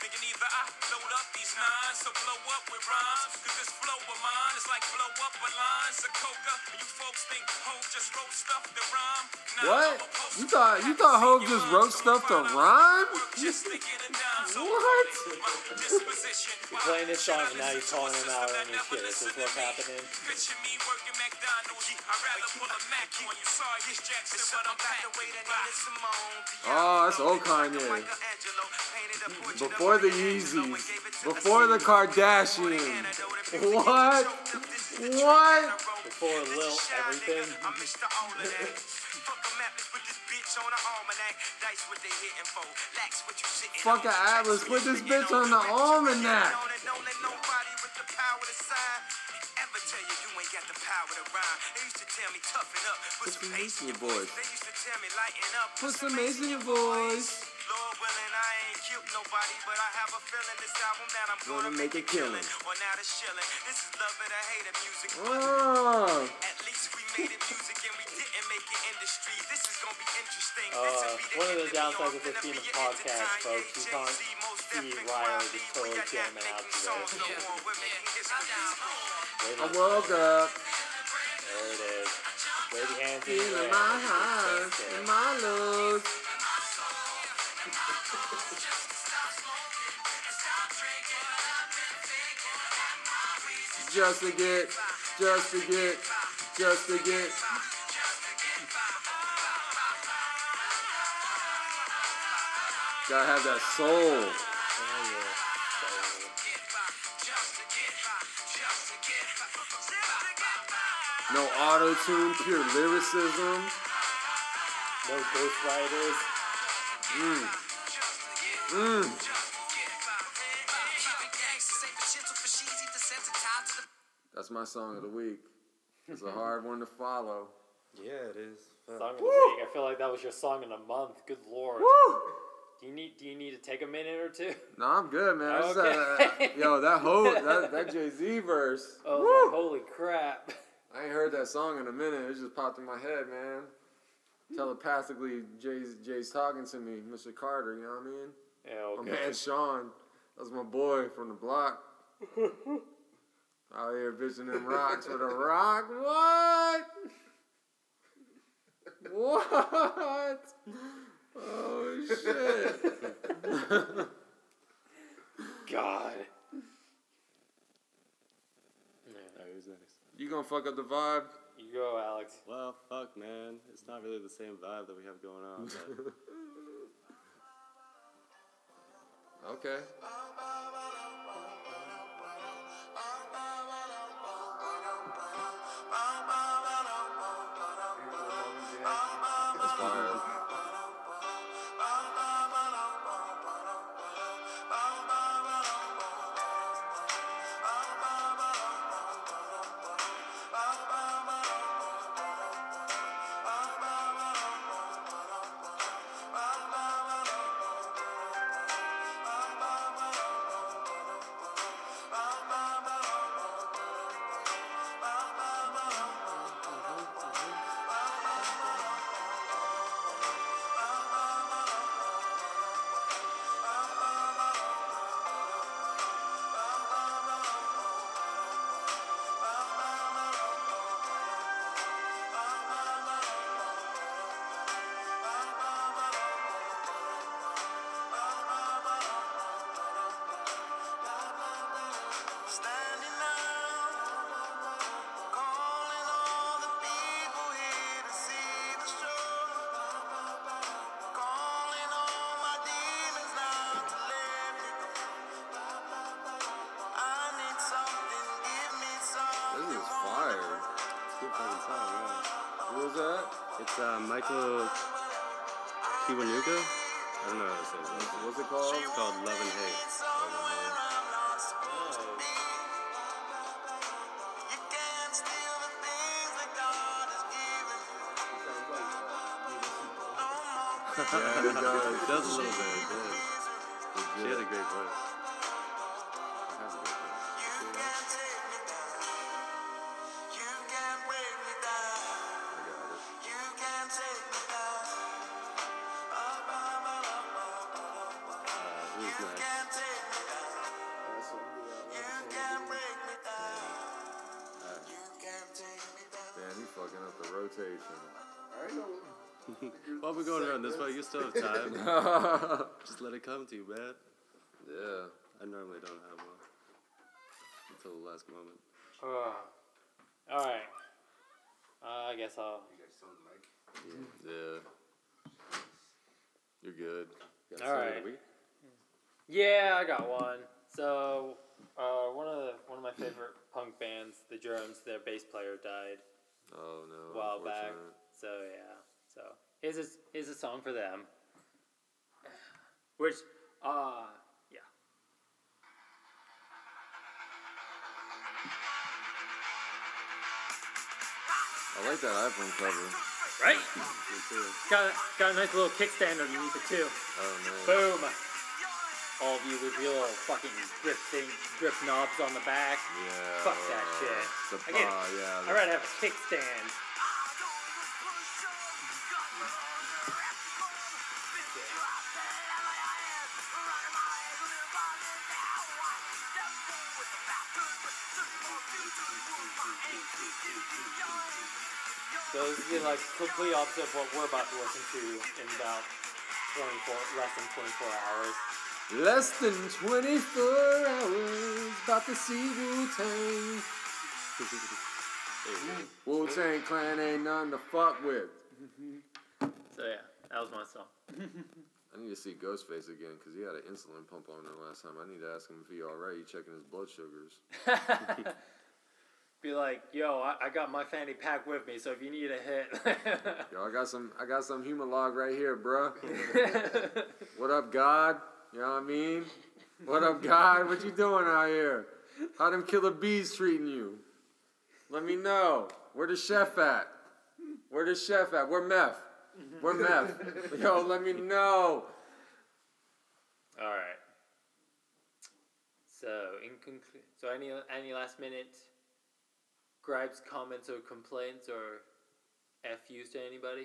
Speaker 6: Thinking either I load up these nines, so blow up with rhymes. Cause this flow of mine is like blow up with lines of coca. And you folks think Ho just wrote stuff to rhyme. Nah,
Speaker 1: What?
Speaker 6: I'm a poster.
Speaker 1: You thought you thought Hove just wrote stuff to rhyme? What?
Speaker 6: You're
Speaker 2: playing this song and now you're calling him out on his shit. Is this what's happening?
Speaker 6: Picture me working McDonald's. I'd rather pull a Mac on you. Sorry, it's Jackson, but I'm back.
Speaker 1: Oh, that's old Kanye. Before the Yeezys. Before the Kardashians. What? What?
Speaker 2: Before Lil Everything.
Speaker 6: I missed the all of that. Fuck a atlas, put this bitch on the almanac. Dice what they hitting for. Lax what you sitting
Speaker 1: Fuck
Speaker 6: on.
Speaker 1: a atlas, put this bitch on the almanac.
Speaker 6: Don't let nobody with the power to sign ever tell you you ain't got the power to rhyme. They used to tell me toughen up, put some
Speaker 1: mace
Speaker 6: ace
Speaker 1: in your voice.
Speaker 6: They used to tell me lighten up,
Speaker 1: Put some mace in your voice.
Speaker 6: Lord willing, I ain't killed nobody, but I have a feeling this album that I'm gonna, make it killing. Or now the shilling. This is love it or hate it music. but
Speaker 1: Oh,
Speaker 6: at least we made it music and we didn't make it industry. This is gonna be interesting.
Speaker 2: Uh,
Speaker 6: This'll be the
Speaker 2: one of the
Speaker 6: enemy.
Speaker 2: downsides
Speaker 6: I'm
Speaker 2: of this
Speaker 6: finna
Speaker 2: being
Speaker 6: be
Speaker 2: a
Speaker 6: an
Speaker 2: podcast,
Speaker 6: entertainer.
Speaker 2: folks, you
Speaker 6: Jay-Z,
Speaker 2: can't
Speaker 6: most
Speaker 2: see
Speaker 6: definitely
Speaker 2: Riley
Speaker 6: Riley.
Speaker 2: just
Speaker 6: We
Speaker 2: totally
Speaker 6: are not
Speaker 2: jamming out
Speaker 6: making
Speaker 2: today.
Speaker 6: songs no more. We're making history.
Speaker 1: I woke up
Speaker 2: There it is. Wavy hands in the
Speaker 1: feeling
Speaker 2: air.
Speaker 1: my highs and my lows. Just to get, just to get, just to get. Gotta have that soul. No auto tune, pure lyricism.
Speaker 2: No ghostwriters.
Speaker 1: Mm. That's my song of the week. It's a hard one to follow.
Speaker 3: Yeah, it is. Fuck.
Speaker 2: Song of the week. I feel like that was your song in a month. Good lord.
Speaker 1: Woo!
Speaker 2: Do you need Do you need to take a minute or two?
Speaker 1: No, I'm good, man. I just had
Speaker 2: Okay.
Speaker 1: a- yo, that whole that, that Jay Z verse.
Speaker 2: Oh,
Speaker 1: Woo!
Speaker 2: my, holy crap!
Speaker 1: I ain't heard that song in a minute. It just popped in my head, man. Telepathically, Jay's Jay's talking to me, Mr. Carter. You know what I mean?
Speaker 2: Yeah,
Speaker 1: My
Speaker 2: okay.
Speaker 1: man Sean, that's my boy from the block. Out here bitching them rocks with a rock. What? What? Oh shit!
Speaker 2: God.
Speaker 3: Alright, who's next?
Speaker 1: You gonna fuck up the vibe?
Speaker 2: You go, Alex.
Speaker 3: Well, fuck, man. It's not really the same vibe that we have going on. But
Speaker 1: Okay. That's fine.
Speaker 3: Good fucking song, yeah.
Speaker 1: Who was that?
Speaker 3: It's uh, Michael Kiwanuka. I don't know how to say his name.
Speaker 1: What's it called?
Speaker 3: It's called Love and Hate.
Speaker 1: yeah, it does.
Speaker 3: It does a little bit. Yeah. She had a great voice. Uh, who's next?
Speaker 4: That's what we got.
Speaker 1: Man, he's fucking up the rotation.
Speaker 4: I know.
Speaker 3: While we're going around this way, you still have time.
Speaker 1: yeah.
Speaker 3: Just let it come to you, man. I normally don't have one until the last moment.
Speaker 2: all right. Uh, I guess I'll.
Speaker 1: Yeah. You're good.
Speaker 3: You got a song of the
Speaker 2: Alright.
Speaker 3: week?
Speaker 2: Yeah, I got one. So, uh, one of the, one of my favorite punk bands, The Germs, their bass player died
Speaker 1: Oh no.
Speaker 2: a while back.
Speaker 1: unfortunate.
Speaker 2: So yeah. So here's a, here's a song for them. Which, uh, yeah.
Speaker 1: I like that iPhone cover.
Speaker 2: Right? Got, got a nice little kickstand underneath it too.
Speaker 1: Oh man.
Speaker 2: Boom! All of you with your little fucking grip thing, grip knobs on the back.
Speaker 1: Yeah.
Speaker 2: Fuck that shit.
Speaker 1: The
Speaker 2: I get it.
Speaker 1: ah, yeah.
Speaker 2: I'd rather have a kickstand. Those are like complete opposite of what we're about to listen to in about 24, less than 24 hours.
Speaker 1: Less than 24 hours, about to see Wu Tang. Wu Tang Clan ain't nothing to fuck with.
Speaker 2: So yeah, that was my song.
Speaker 1: I need to see Ghostface again because he had an insulin pump on him last time. I need to ask him if he alright. He checking his blood sugars.
Speaker 2: Be like, yo, I, I got my fanny pack with me, so if you need a hit.
Speaker 1: Yo, I got some, I got some human log right here, bruh. what up, God? You know what I mean? What up, God? What you doing out here? How them killer bees treating you? Let me know. Where the chef at? Where the chef at? Where meth? Where meth? Yo, let me know.
Speaker 2: All right. So in conclu- so any any last minute gripes, comments, or complaints, or FUs to anybody?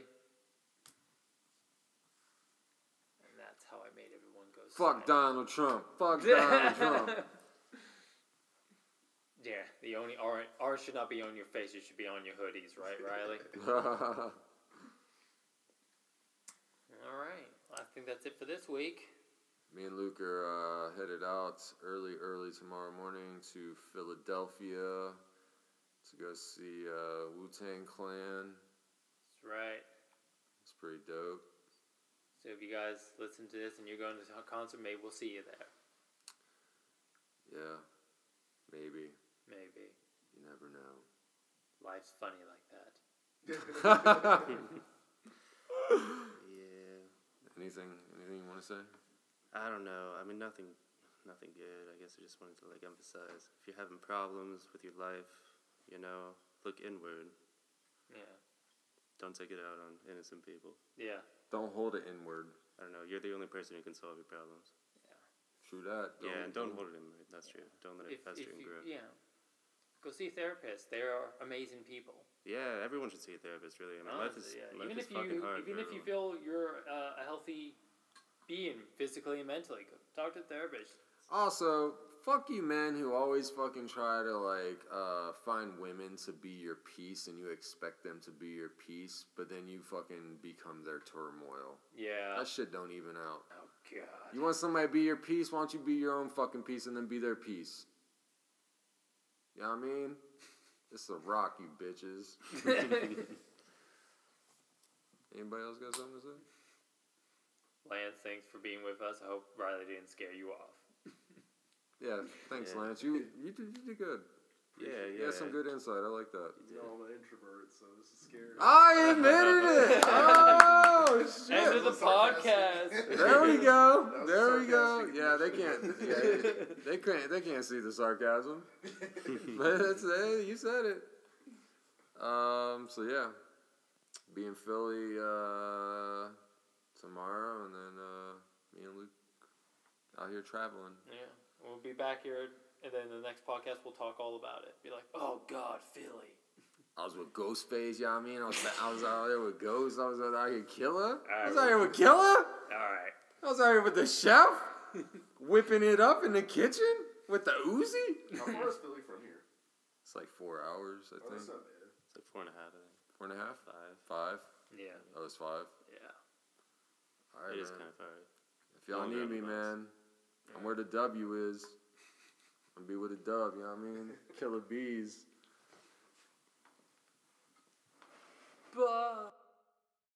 Speaker 2: And that's how I made everyone go.
Speaker 1: Fuck
Speaker 2: silent.
Speaker 1: Donald Trump. Fuck Donald Trump.
Speaker 2: Yeah, the only R R should not be on your face. It should be on your hoodies, right, Riley? All right. I think that's it for this week.
Speaker 1: Me and Luke are uh, headed out early, early tomorrow morning to Philadelphia to go see uh, Wu Tang Clan.
Speaker 2: That's right.
Speaker 1: It's pretty dope.
Speaker 2: So if you guys listen to this and you're going to a concert, maybe we'll see you there.
Speaker 1: Yeah, maybe.
Speaker 2: Maybe.
Speaker 1: You never know.
Speaker 2: Life's funny like that.
Speaker 3: Yeah.
Speaker 1: Anything? Anything you want to say?
Speaker 3: I don't know. I mean, nothing, nothing good. I guess I just wanted to like emphasize: if you're having problems with your life, you know, look inward.
Speaker 2: Yeah.
Speaker 3: Don't take it out on innocent people.
Speaker 2: Yeah.
Speaker 1: Don't hold it inward.
Speaker 3: I don't know. You're the only person who can solve your problems.
Speaker 1: True that.
Speaker 3: yeah, and don't hold it in. That's true. Don't let it
Speaker 2: If, if
Speaker 3: fester and
Speaker 2: you, e
Speaker 3: grow. Yeah.
Speaker 2: yeah. Go see a therapist. They are amazing people.
Speaker 3: everyone should see a therapist. Really, I mean, life is
Speaker 2: honestly, yeah.
Speaker 3: life
Speaker 2: Even
Speaker 3: is
Speaker 2: if
Speaker 3: fucking
Speaker 2: you
Speaker 3: hard.
Speaker 2: even
Speaker 3: for
Speaker 2: if you
Speaker 3: everyone.
Speaker 2: feel you're uh, a healthy being physically and mentally, go talk to the therapist.
Speaker 1: Also, fuck you, men who always fucking try to like uh, find women to be your peace, and you expect them to be your peace, but then you fucking become their turmoil.
Speaker 2: Yeah.
Speaker 1: That shit don't even out.
Speaker 2: Oh god.
Speaker 1: You want somebody to be your peace? Why don't you be your own fucking peace and then be their peace? You know what I mean? It's a rock, you bitches. Anybody else got something to say?
Speaker 2: Lance, thanks for being with us. I hope Riley didn't scare you off.
Speaker 1: Yeah, thanks,
Speaker 3: Yeah.
Speaker 1: Lance. You, you, did, you did good.
Speaker 3: Yeah,
Speaker 1: You
Speaker 3: yeah.
Speaker 1: got some good insight. I like that.
Speaker 4: You know, I'm an introvert, so this is scary.
Speaker 1: I admitted it. Oh
Speaker 2: End of
Speaker 1: shit!
Speaker 2: the podcast.
Speaker 4: sarcastic.
Speaker 1: There we go.
Speaker 4: That was
Speaker 1: There we go.
Speaker 4: sarcastic
Speaker 1: Yeah, they can't.
Speaker 4: admission.
Speaker 1: Yeah, they can't. They can't see the sarcasm. But that's hey, you said it. Um. So yeah, be in Philly uh, tomorrow, and then uh, me and Luke out here traveling.
Speaker 2: Yeah, we'll be back here, and then the next podcast we'll talk all about it. Be like, oh God, Philly.
Speaker 1: I was with Ghostface, you know what I mean? I was, I was out there with Ghost. I was out here with Killer. I was out here with Killer.
Speaker 2: All right.
Speaker 1: I was out here with the chef, whipping it up in the kitchen with the Uzi.
Speaker 4: How far is Philly from here?
Speaker 1: It's like four hours, I
Speaker 4: Oh,
Speaker 1: think.
Speaker 4: that's not bad.
Speaker 3: It's like four and a half, I think.
Speaker 1: Four and a half?
Speaker 3: Five.
Speaker 1: Five?
Speaker 2: Yeah.
Speaker 1: That was five.
Speaker 2: Yeah.
Speaker 1: All right,
Speaker 3: It is
Speaker 1: man.
Speaker 3: kind of far.
Speaker 1: If y'all
Speaker 3: longer
Speaker 1: need
Speaker 3: on
Speaker 1: me,
Speaker 3: the bus.
Speaker 1: man, I'm where the W is. I'm be with a dub, you know what I mean? Killer bees.
Speaker 2: Bye.